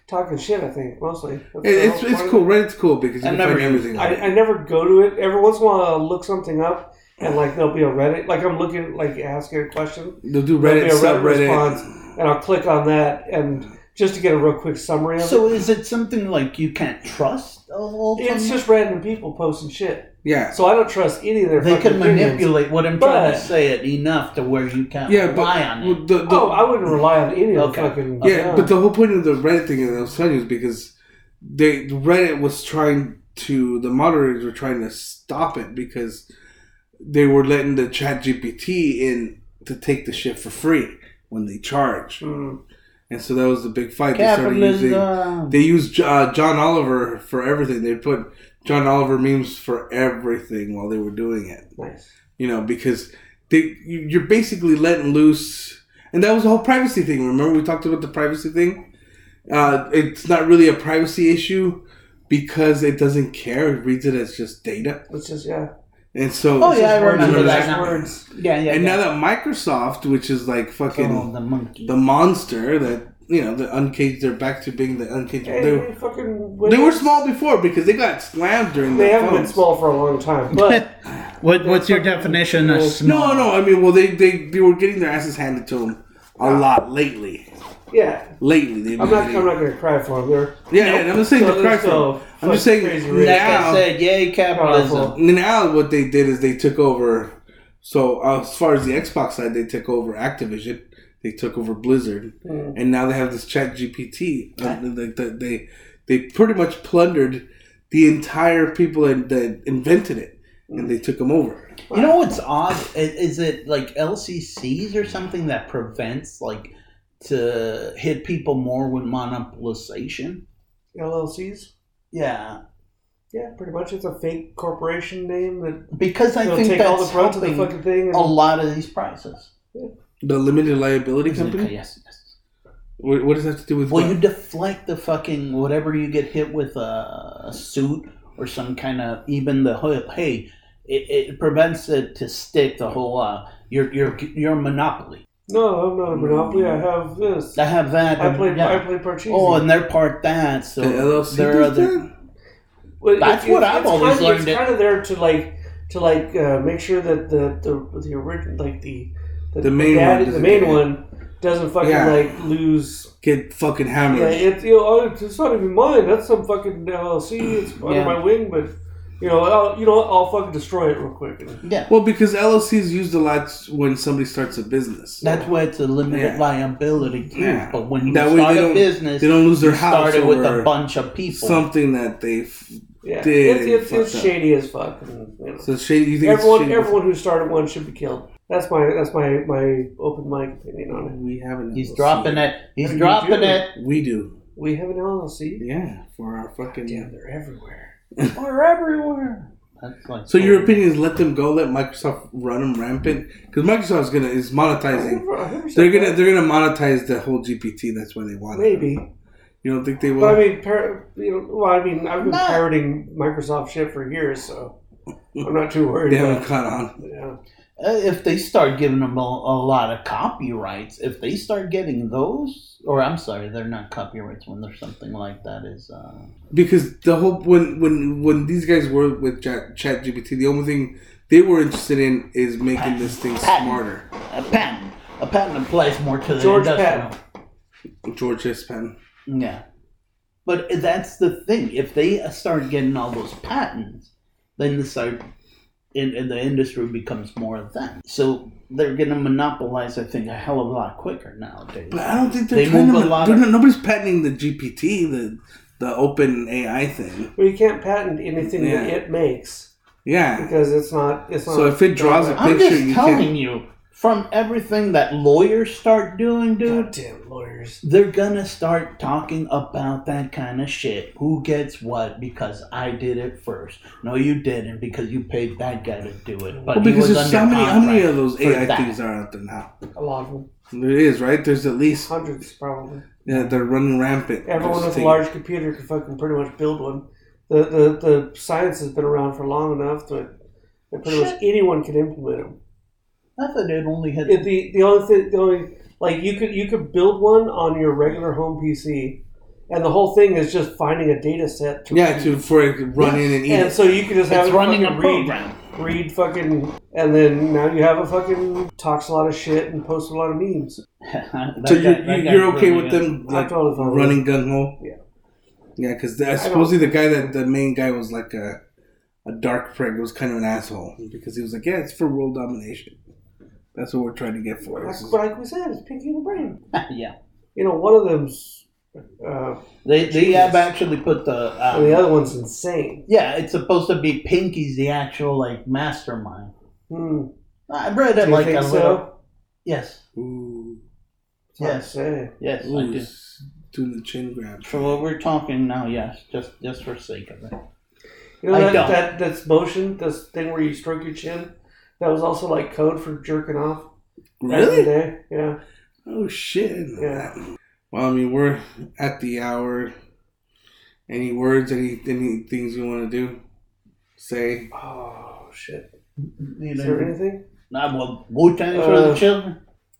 talking shit. I think mostly. That's It- the it's whole it's point. cool. Reddit's cool because you I've can find never used everything. I, I never go to it. Every once in a while, I'll look something up, and like there'll be a Reddit. Like I'm looking, like asking a question, They'll do there'll be Reddit a Reddit subreddit. response, and I'll click on that, and just to get a real quick summary of it. So is it something like you can't trust all the It's just random people posting shit. Yeah, So I don't trust any of their they fucking could opinions. manipulate what I'm trying But- to say it enough to where you can't yeah, but rely on it. well, the, the, Oh, I wouldn't rely on any of Okay. the fucking. uh, yeah, but the whole point of the Reddit thing that I was telling you is because they Reddit was trying to the moderators were trying to stop it because they were letting the Chat GPT in to take the shit for free when they charge, Mm. and so that was the big fight. They started using. Capitalism. They use Jo- uh, John Oliver for everything. They put John Oliver memes for everything while they were doing it. nice. You know, because they you- you're basically letting loose, and that was the whole privacy thing. Remember we talked about the privacy thing. Uh, it's not really a privacy issue because it doesn't care. It reads it as just data, It's just yeah. and so Oh, yeah, I Words, remember words, that now. words. Yeah, yeah. And yeah. now that Microsoft, which is like fucking Oh, the monkey. the monster that you know, the uncaged, they're back to being the uncaged. Hey, they- they fucking. They were small before because they got slammed during the They haven't been phones. small for a long *laughs* time, but *laughs* what, what's your definition of small? No, no. I mean, well, they, they they were getting their asses handed to them a lot lately. yeah, Lately, they've been I'm not. getting- I'm not gonna cry for them. They're yeah, yeah, I'm not saying So the let's crack go them. I'm just fucking saying crazy Like rich. now. I said, yay, capitalism. Powerful. now what they did is they took over. So uh, as far as the Xbox side, they took over Activision. They took over Blizzard, Mm. and now they have this Chat GPT. Uh, they, they they pretty much plundered the entire people that, that invented it, Mm. and they took them over. You know what's odd? I- Is it like LCCs or something that prevents like to hit people more with monopolization? LLCs. Yeah, Yeah, pretty much. It's a fake corporation name that because I will think take all the that's brunt of the helping fucking thing. And, a lot of these prices. The limited liability Isn't it? company. Yes, yes. What, what does that have to do with? Well, what? you deflect the fucking whatever you get hit with uh, a, a suit or some kind of even the hood. Hey, it, it prevents it to stick the whole uh, your your your monopoly. no, I'm not a monopoly. I have this. I have that. I played. yeah. I played Parcheesi. Oh, and they're part that. So the LLC there are does the that? Well, it- That's what it's- I've it's always kind of, learned It's it- kind of there to like to like uh, make sure that the the the original like the The main one added- the doesn't main get it. one doesn't fucking Yeah. like lose. get fucking Yeah, hammered. it's you know oh, it's- it's not even mine. That's some fucking LLC. It's under Yeah. my wing, but you know I'll, you know I'll fucking destroy it real quick. yeah, Well, because LLC is used a lot when somebody starts a business. that's where it's a limited Yeah. liability too. Yeah. But when you That way start they a don't- business, they don't lose their you house start it with over a bunch of people. something that they. f- Yeah, Dude, it's, it's, fucked it's up. shady as fuck. and, you know. So shady. You think everyone, it's shady? everyone who started one should be killed. That's my that's my my open mic opinion on it. We have an. He's LLC. dropping it. He's What are you dropping doing? it. We do. We have an LLC. Yeah, for our fucking. Damn, they're everywhere. We're everywhere. That's like So your opinion is let them go, let Microsoft run them rampant because Microsoft's gonna is monetizing. They're gonna they're gonna monetize the whole GPT. That's why they want it. maybe. You don't think they will? But I mean, par- you know, well, I mean, I've been No. pirating Microsoft shit for years, so I'm not too worried they haven't about. caught on. Yeah. Uh, if they start giving them a, a lot of copyrights, if they start getting those, or I'm sorry, they're not copyrights when there's something like that is. Uh, because the whole when when when these guys were with Chat, Chat GPT, the only thing they were interested in is making this thing smarter. a patent. A patent applies more to the George industrial. Patton. George S. Penn. Yeah. But that's the thing. If they start getting all those patents, then the start in, in the industry becomes more of that. So they're going to monopolize, I think, a hell of a lot quicker nowadays. But I don't think they're They trying to. move a mon- lot They're of- not, nobody's patenting the GPT, the the open AI thing. Well, you can't patent anything that Yeah. it makes Yeah. because it's not. It's not. So if it draws a I'm picture, just you telling can't. you, from everything that lawyers start doing, dude, goddamn lawyers. they're gonna start talking about that kind of shit. Who gets what because I did it first. No, you didn't because you paid that guy to do it. But Well, he because was there's under so many. How many contract of those for AI that. things are out there now? A lot of them, There is right. There's at least hundreds probably. yeah, they're running rampant. Everyone Those with a things. large computer can fucking pretty much build one. The the, the science has been around for long enough that, that pretty much Shit. anyone can implement them. I thought it only had It- the the only thing the only like you could you could build one on your regular home PC, and the whole thing is just finding a data set. To Yeah, to for it to run in and eat. and it. so you could just have it's it running a fucking read, program. read fucking, and then now you have a fucking talks a lot of shit and posts a lot of memes. That So guy- you're, that you're guy's okay really with good. them I like totally follow running gung ho? Yeah. Yeah, because I don't- supposedly the guy that the main guy was like a a dark prick was kind of an asshole because he was like, yeah, it's for world domination. That's what we're trying to get for. it." Like, but like we said, it's picking the brain. *laughs* yeah, You know, one of them's, uh, they they have actually put the. and the Uh, other one's insane. yeah, it's supposed to be Pinky's the actual like mastermind. Hmm. I read it Do you like think a so? little. Yes, Ooh, That's what I'm Yes. saying. yes, I ooh, do. s- doing the chin grab. For what we're talking now, yes, just just for sake of it. You know I that, don't. that that's motion, this thing where you stroke your chin. That was also like code for jerking off. back in the Really? day. Yeah. Oh shit! Yeah. Well, I mean, we're at the hour. Any words? Any any things you want to do? Say. Oh shit. You Is there know, anything? not well, Wu Tang for the Uh, children.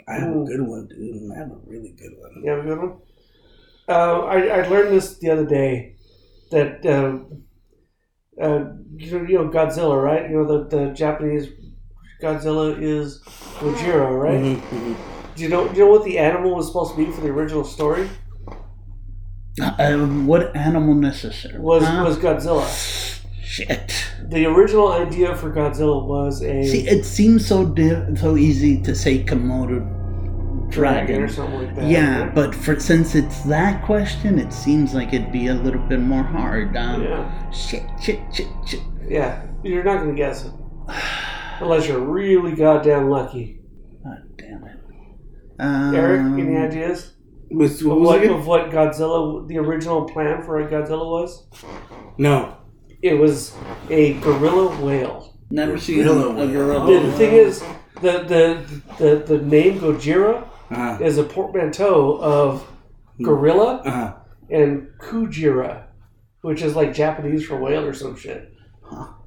I have a Ooh. good one, dude. I have a really good one. You have a good one. Uh, I I learned this the other day that um uh, you know Godzilla, right? You know the, the Japanese Godzilla is Gojira, right? Mhm, mhm. Mm-hmm. Do you know do you know what the animal was supposed to be for the original story? Um, what animal necessary? Was Huh? was Godzilla. shit. The original idea for Godzilla was a See, it seems so di- so easy to say Komodo dragon or dragon. something like that. Yeah, but for since it's that question, it seems like it'd be a little bit more hard. Um, yeah, Shit, shit, shit, shit. yeah. You're not gonna guess it unless you're really goddamn lucky. God damn it. Um, Eric, any ideas Miss- of What was what, it again? of what Godzilla, the original plan for a Godzilla was? No. It was a gorilla whale. Never seen Gorilla a whale. gorilla. The- the thing is, the the, the the name Gojira Uh-huh. is a portmanteau of gorilla Uh-huh. and Kujira, which is like Japanese for whale or some shit.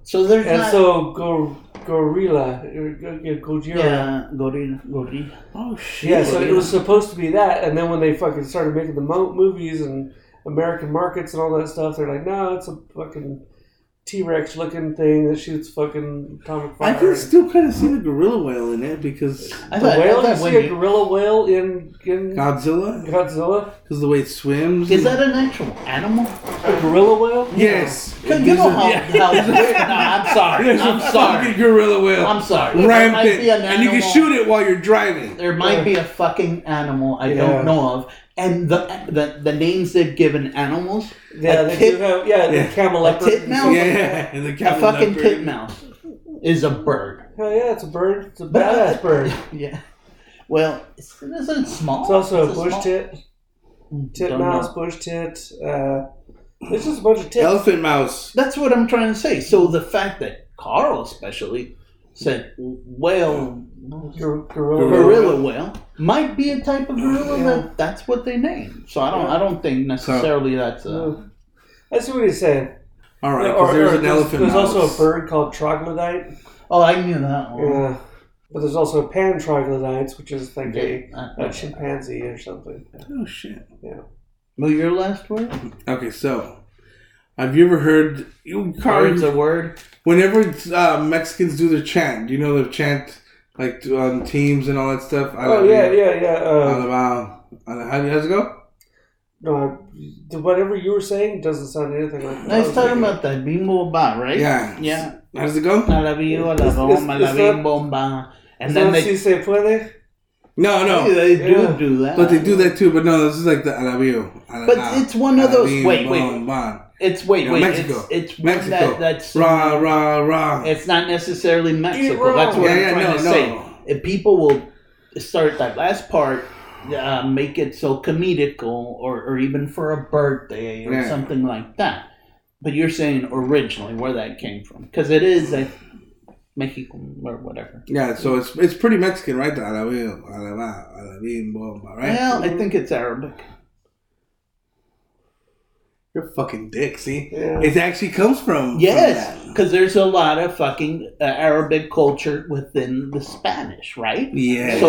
so there's And not. so go, gorilla, or go- yeah, Gojira. Yeah. yeah, gorilla, gorilla. Oh shit. yeah, so it was supposed to be that, and then when they fucking started making the mo- movies and American markets and all that stuff, they're like, no, it's a fucking T Rex looking thing that shoots fucking atomic fire. I can still kind of see the gorilla whale in it because I the thought, whale, I you thought see when a you- gorilla whale in, in Godzilla Godzilla? because the way it swims. is that an actual animal? A gorilla whale? yes? You It know gives how, a- how *laughs* no, *laughs* I'm sorry. There's I'm a sorry. fucking gorilla whale. I'm sorry. There might rampant, be an and you can animal- shoot it while you're driving. There might be a fucking animal I Yeah. don't know of, and the the, the names they've given animals. Yeah, A they tit- do have, yeah, Yeah. the camel A leopard. titmouse? Yeah, *laughs* and the A Captain fucking Leopard. titmouse is a bird. Hell yeah, it's a bird. It's a But- badass bird. *laughs* Yeah. Well, it's- isn't it small? It's also a bush small- tit, Don't titmouse, know. bush tit. Uh, it's just a bunch of tits. Elephant mouse. That's what I'm trying to say. So the fact that Carl especially said whale, Gor- gorilla. gorilla whale might be a type of gorilla Yeah. that that's what they name. So I don't I don't think necessarily that's a. No. I see what he's saying. All right, Or- because there's or an elephant there's mouse. also a bird called troglodyte. Oh, I knew that one. Yeah. But there's also pan troglodytes, which is like a, Uh, a chimpanzee or something. Oh shit. well, your last word? Okay, so have you ever heard you Carl, Words a word. whenever uh, Mexicans do their chant? You know their chant like on teams and all that stuff. Oh yeah, yeah, yeah. Uh, Alabama. How how's it go? no, I- the- whatever you were saying doesn't sound anything like. No, he's that. talking about that bing bomba, right? Yeah. Yeah. How does it go? I love you, I Is- love is- home, I is love that- bing bomba. And Is then that they, si se puede? No, no. they do Yeah. do that. But they do that uh, too. But no, this is like the alabio. But it's one of those. Alabim, Wait, wait. bom, bom. It's wait, Yeah, wait. Mexico. It's, it's one Mexico. that, that's Rah rah rah. It's not necessarily Mexico. wrong. That's what Yeah, I'm yeah, trying no, to no. say. If people will start that last part, uh, make it so comedical, or, or even for a birthday or Yeah. something like that. But you're saying originally where that came from, because it is a Mexico or whatever. Yeah, so it's it's pretty Mexican, right? The alabio, alabao, alabim, bomba, right? Well, I think it's Arabic. You're a fucking dick. See, Yeah. it actually comes from Yes, from that. because there's a lot of fucking uh, Arabic culture within the Spanish, right? Yes.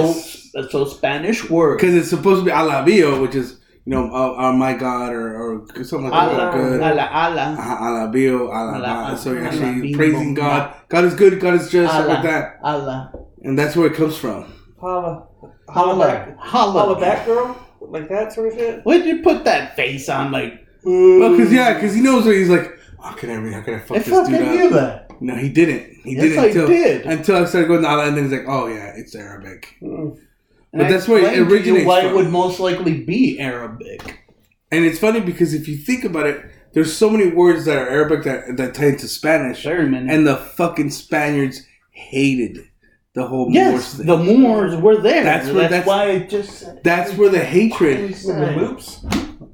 So, so Spanish words. because it's supposed to be alabio, which is you know, oh, oh my god, or, or something like Allah, that. Ah. Good. Allah, Allah. Ah, Alabio, Ala- alabao. So you're alabim, actually praising bomba. God. God is good. God is just stuff like Allah. that, Allah. and that's where it comes from. Holla. Holla Holla. back. Holla Holla. back, girl? Like that sort of shit? Why'd you put that face on? Like, Well, because yeah, because he knows what he's like. How can I? re- How can I I fuck this fucking dude knew up? that. No, he didn't. He Yes, didn't I until did. until I started going to Allah, and then he's like, oh yeah, it's Arabic. Mm. And But I that's where it explained to you originates Why it from. would most likely be Arabic. And it's funny because if you think about it, there's so many words that are Arabic that, that tie into Spanish. Very many. And the fucking Spaniards hated the whole Moors yes, thing. the Moors were there. That's That's, where- that's- why I just said that's where the hatred. The the, loops?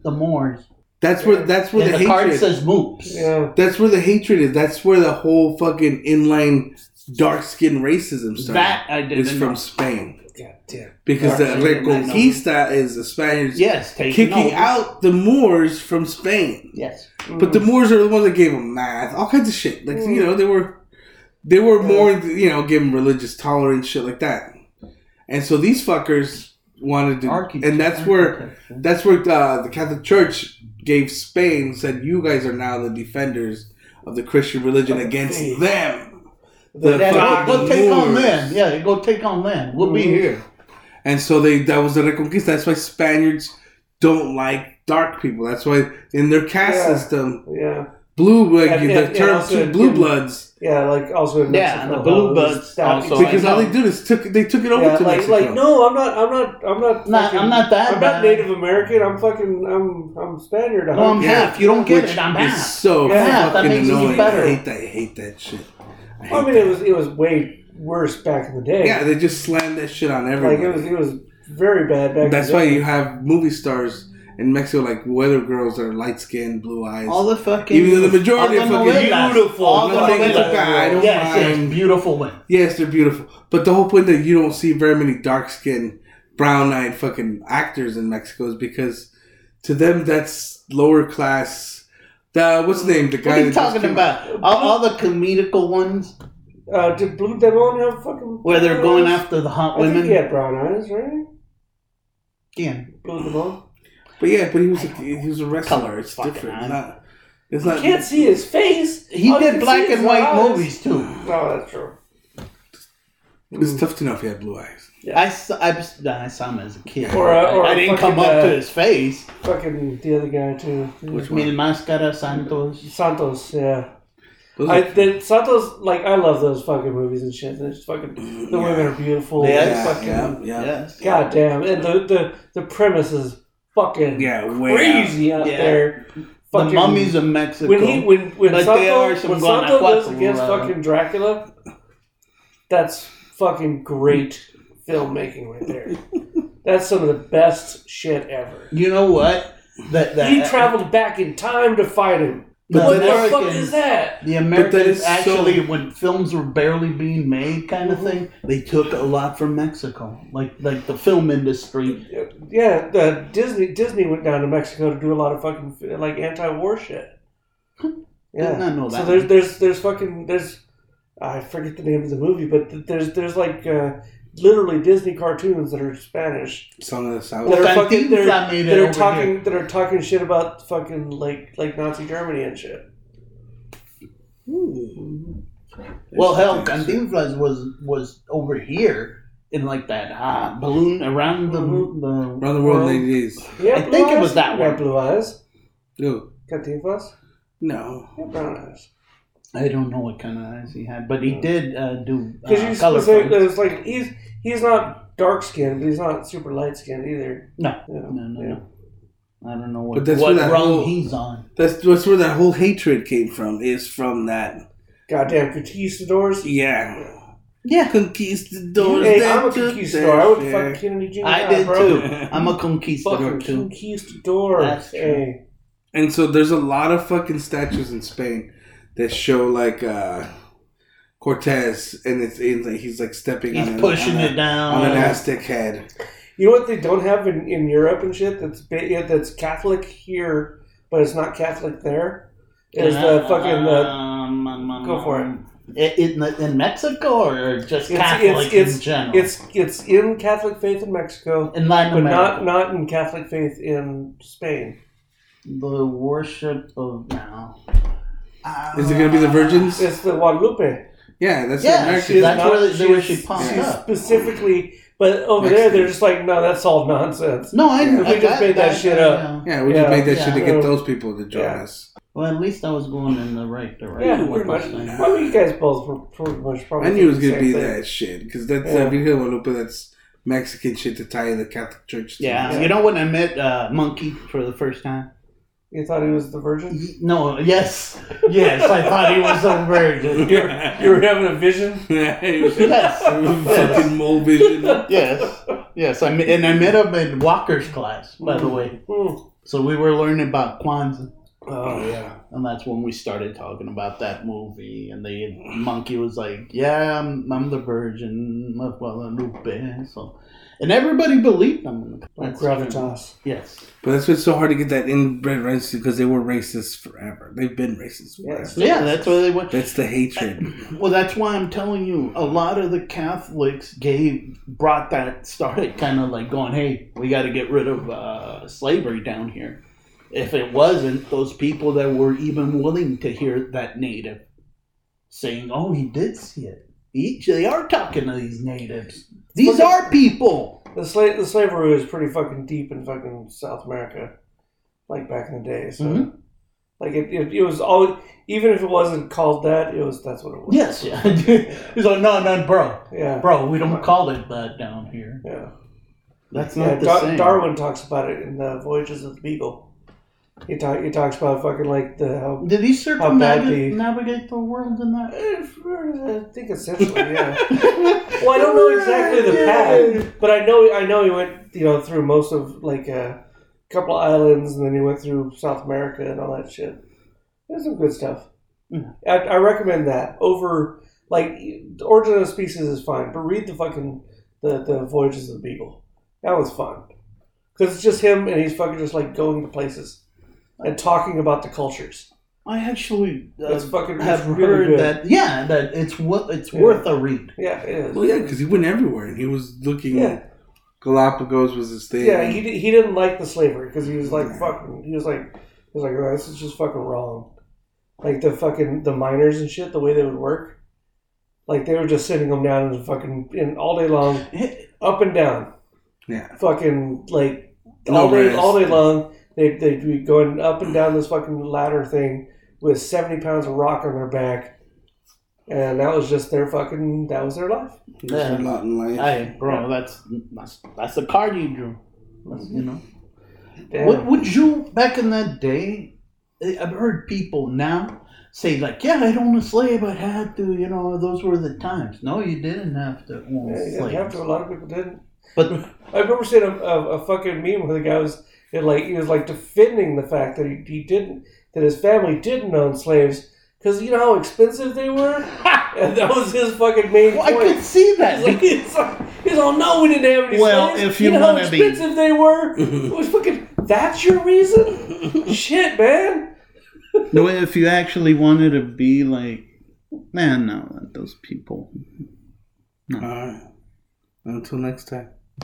Moors. That's where. That's where Yeah, the, the card hatred. says moops. Yeah. That's where the hatred is. That's where the whole fucking inline dark skin racism started. That I didn't is from know. Spain God damn. because Dark the skin, I know. Reconquista is the Spaniards Yes, taking kicking over. out the Moors from Spain. Yes. But Mm. the Moors are the ones that gave them math, all kinds of shit. Like you know, they were they were more you know, giving religious tolerance, shit like that. And so these fuckers wanted to, Architect- and that's where architecture. that's where uh, the, the Catholic Church gave Spain said, "You guys are now the defenders of the Christian religion against faith. them." The That's- Yeah, fucking go, go take on Moors. land. Yeah, go take on land. We'll be Mm. Mhm. here. And so they that was the Reconquista. That's why Spaniards don't like dark people. That's why in their caste Yeah. system, Yeah. blue like And- the and- and term also- blue bloods Yeah, like also in Mexico. Yeah, and the blue how it was buds that- also. because all they did is took they took it over Yeah, to like, Mexico. like no, I'm not, I'm not, I'm not, Not, fucking- I'm not that I'm bad. not Native American. I'm fucking, I'm, I'm Spaniard. No, I'm Yeah. half. You don't get Which it. I'm is half. so Yeah, that fucking makes it even annoying. better. I hate that. I hate that shit. I, hate I mean, that. it was, it was way worse back in the day. yeah, they just slammed that shit on like everyone. it was, it was very bad back. That's in the why day. you have movie stars in Mexico, like weather girls that are light skinned, blue eyes. All the fucking. Even though the majority all are the fucking novelas, beautiful. All the Nothing novelas. is bad. I don't Yes, yes, mind. beautiful women. Yes, they're beautiful. But the whole point that you don't see very many dark skinned, brown eyed fucking actors in Mexico is because to them that's lower class. The what's the name? The guy What are you that just talking came- about? All, all the comedical ones uh, did Blue Demon have fucking where they're brown going eyes? after the hot I think he women. had brown eyes, right? Yeah. Blue Demon. But yeah, but he was a, he was a wrestler. It's fucking different. eye. Not, it's You not. can't see his face. He All you did can black see is and white eyes. movies too. No, that's true. It's tough to know if he had blue eyes. I, s- I, s- I saw him as a kid. Or a- or I a didn't fucking, come up uh, to his face. Fucking the other guy too. Which Mil one? Máscara Santos. Santos, yeah. Those I are- then Santos, like I love those fucking movies and shit. There's fucking the Yeah. women are beautiful. Yeah, they're yeah, fucking, yeah, yeah, yeah. Yes. God damn, and the, the the premise is fucking way out. crazy out, Yeah. there. The Fucking- mummies of Mexico. when he when when But they Santo, are some when Santo Guanajuato, goes against uh, fucking Dracula, that's fucking great filmmaking right *laughs* there. That's some of the best shit ever. you know what? That, that, He traveled back in time to fight him. The what the fuck Americans- is that? The that Americans is so- Mm-hmm. actually, when films were barely being made, kind of thing, they took a lot from Mexico, like like the film industry. Yeah, the Disney Disney went down to Mexico to do a lot of fucking like anti-war shit. Yeah, Did not know So that. there's there's there's fucking there's I forget the name of the movie, but th- there's there's like uh, literally Disney cartoons that are Spanish Song of the South. that are Well, fucking they're, Cantinflas made it that are over talking here. that are talking shit about fucking like like Nazi Germany and shit. Mm-hmm. Well, hell, Interesting. Cantinflas was was over here in like that uh, balloon around the, Mhm. the Mm-hmm. Around the world in eighty days. Yeah, I think it was that Yeah, one. blue eyes. No, Cantinflas. no. Yeah, brown eyes. I don't know what kind of eyes he had, but he did uh, do uh, Because you color. specific, films. it's like he's he's not dark skinned, but he's not super light skinned either. No, Yeah. no, no, Yeah. no. I don't know But what, that's what where that rung whole- he's on. That's that's where that whole hatred came from. Is from that. Goddamn conquistadors. Yeah. Yeah, Conquistadors. Hey, that I'm a took conquistador. I would that fuck shit. Kennedy Jr. I did bro. too. *laughs* I'm a conquistador Fucking too. conquistador. That's true. Hey. And so there's a lot of fucking statues in Spain that show like uh Cortez, and it's, it's like he's like stepping. He's on an- pushing on a- it down. on an Aztec head. You know what they don't have in, in Europe and shit? That's ba- yeah, that's Catholic here, but it's not Catholic there. Is the fucking uh, Um, um, um, go for it. um, i- In, the- in Mexico or just It's- Catholic it's- it's- in general? it's it's in Catholic faith in Mexico, in Latin but not America. not in Catholic faith in Spain. the worship of now. Uh, Is it gonna be the virgins? It's the Guadalupe. Yeah, that's Yeah, the American. see, that's not- where they, they where she she's- popped she's up. specifically, but over there they're just like, no, that's all nonsense. No, I, Yeah. I We just I- made that I- shit I- up. yeah. yeah, we Yeah, just made that shit to yeah. get those people to join Yeah. us. Well, at least I was going in the right direction. Yeah, pretty much. Well, you guys both were pretty much probably. I knew it was thinking gonna be the same thing. that shit because that's Yeah. uh, Virgen Guadalupe. That's Mexican shit to tie the Catholic Church. To. *laughs* Yeah, Yeah. you know when I met uh, Monkey for the first time? You thought he was the virgin. No, *laughs* yes, yes, I thought he was so virgin. You're, you were having a *laughs* vision. It was Yes, fucking mole vision. yes, yes. I met, and I met him in Walker's class, by the way. Mm. So we were learning about Kwanzaa, Oh yeah. and that's when we started talking about that movie. And the monkey was like, "Yeah, I'm, I'm the Virgin of Guadalupe." So, and everybody believed him. Like That's- gravitas. Yes. But that's why it's so hard to get that inbred racism because they were racist forever. They've been racist forever. Yes. Yeah, that's where they went. That's the hatred. Well, that's why I'm telling you. A lot of the Catholics gave brought that started kind of like going, "Hey, we got to get rid of uh, slavery down here." If it wasn't those people that were even willing to hear that native saying, "Oh, he did see it," each they are talking to these natives. These are people. The slave the Mm-hmm. slavery was pretty fucking deep in fucking South America, like back in the day. So Mhm. Like it, it, it was always, even if it wasn't called that, it was that's what it was. Yes, yeah. *laughs* He's like, no, no, bro, Yeah, bro, we don't call it that down here. yeah. That's yeah not the Dar- same. Darwin talks about it in the Voyages of the Beagle. He talk, he talks about fucking like the how. Did he circumnavigate the- navigate the world in that? I think essentially, yeah. *laughs* well, I don't know exactly the path, but I know I know he went you know through most of like uh, a couple islands, and then he went through South America and all that shit. There's some good stuff. Yeah. I, I recommend that over like the Origin of Species is fine, but read the fucking the the Voyages of the Beagle. That was fun because it's just him and he's fucking just like going to places and talking about the cultures. I actually uh, That's fucking have it's really heard good. that. Yeah, that it's wo- it's Yeah. worth a read. Yeah, it is. Well, yeah, because he went everywhere and he was looking. Yeah. Galapagos was his thing. Yeah, he, di- he didn't like the slavery because he was like Yeah. fucking. He was like he was like "Oh, this is just fucking wrong. Like the fucking the miners and shit, the way they would work, like they were just sending them down in the fucking in all day long, up and down, yeah. fucking like No all day rest. all day long. They they'd be going up and down this fucking ladder thing with seventy pounds of rock on their back, and that was just their fucking that was their life. He was a lot in life. *laughs* Hey, bro, that's that's that's the card you drew. That's, you know. Damn. Would, would you back in that day? I- I've heard people now say like, "Yeah, I don't own a slave. I had to. You know, those were the times." No, you didn't have to own Yeah, a you didn't have slaves. to. A lot of people didn't. *laughs* But I remember seeing a, a, a fucking meme where the guy was it like he was like defending the fact that he, he didn't that his family didn't own slaves because you know how expensive *laughs* they were, and that was his fucking main well, I point. could see that. He's like, he's like, he's all, no, we didn't have any Well, slaves. if you know how wanna be- expensive they were. It was fucking. That's *laughs* your reason. Shit, man. *laughs* No, if you actually wanted to be like, man, no, those people. All right. Until next time.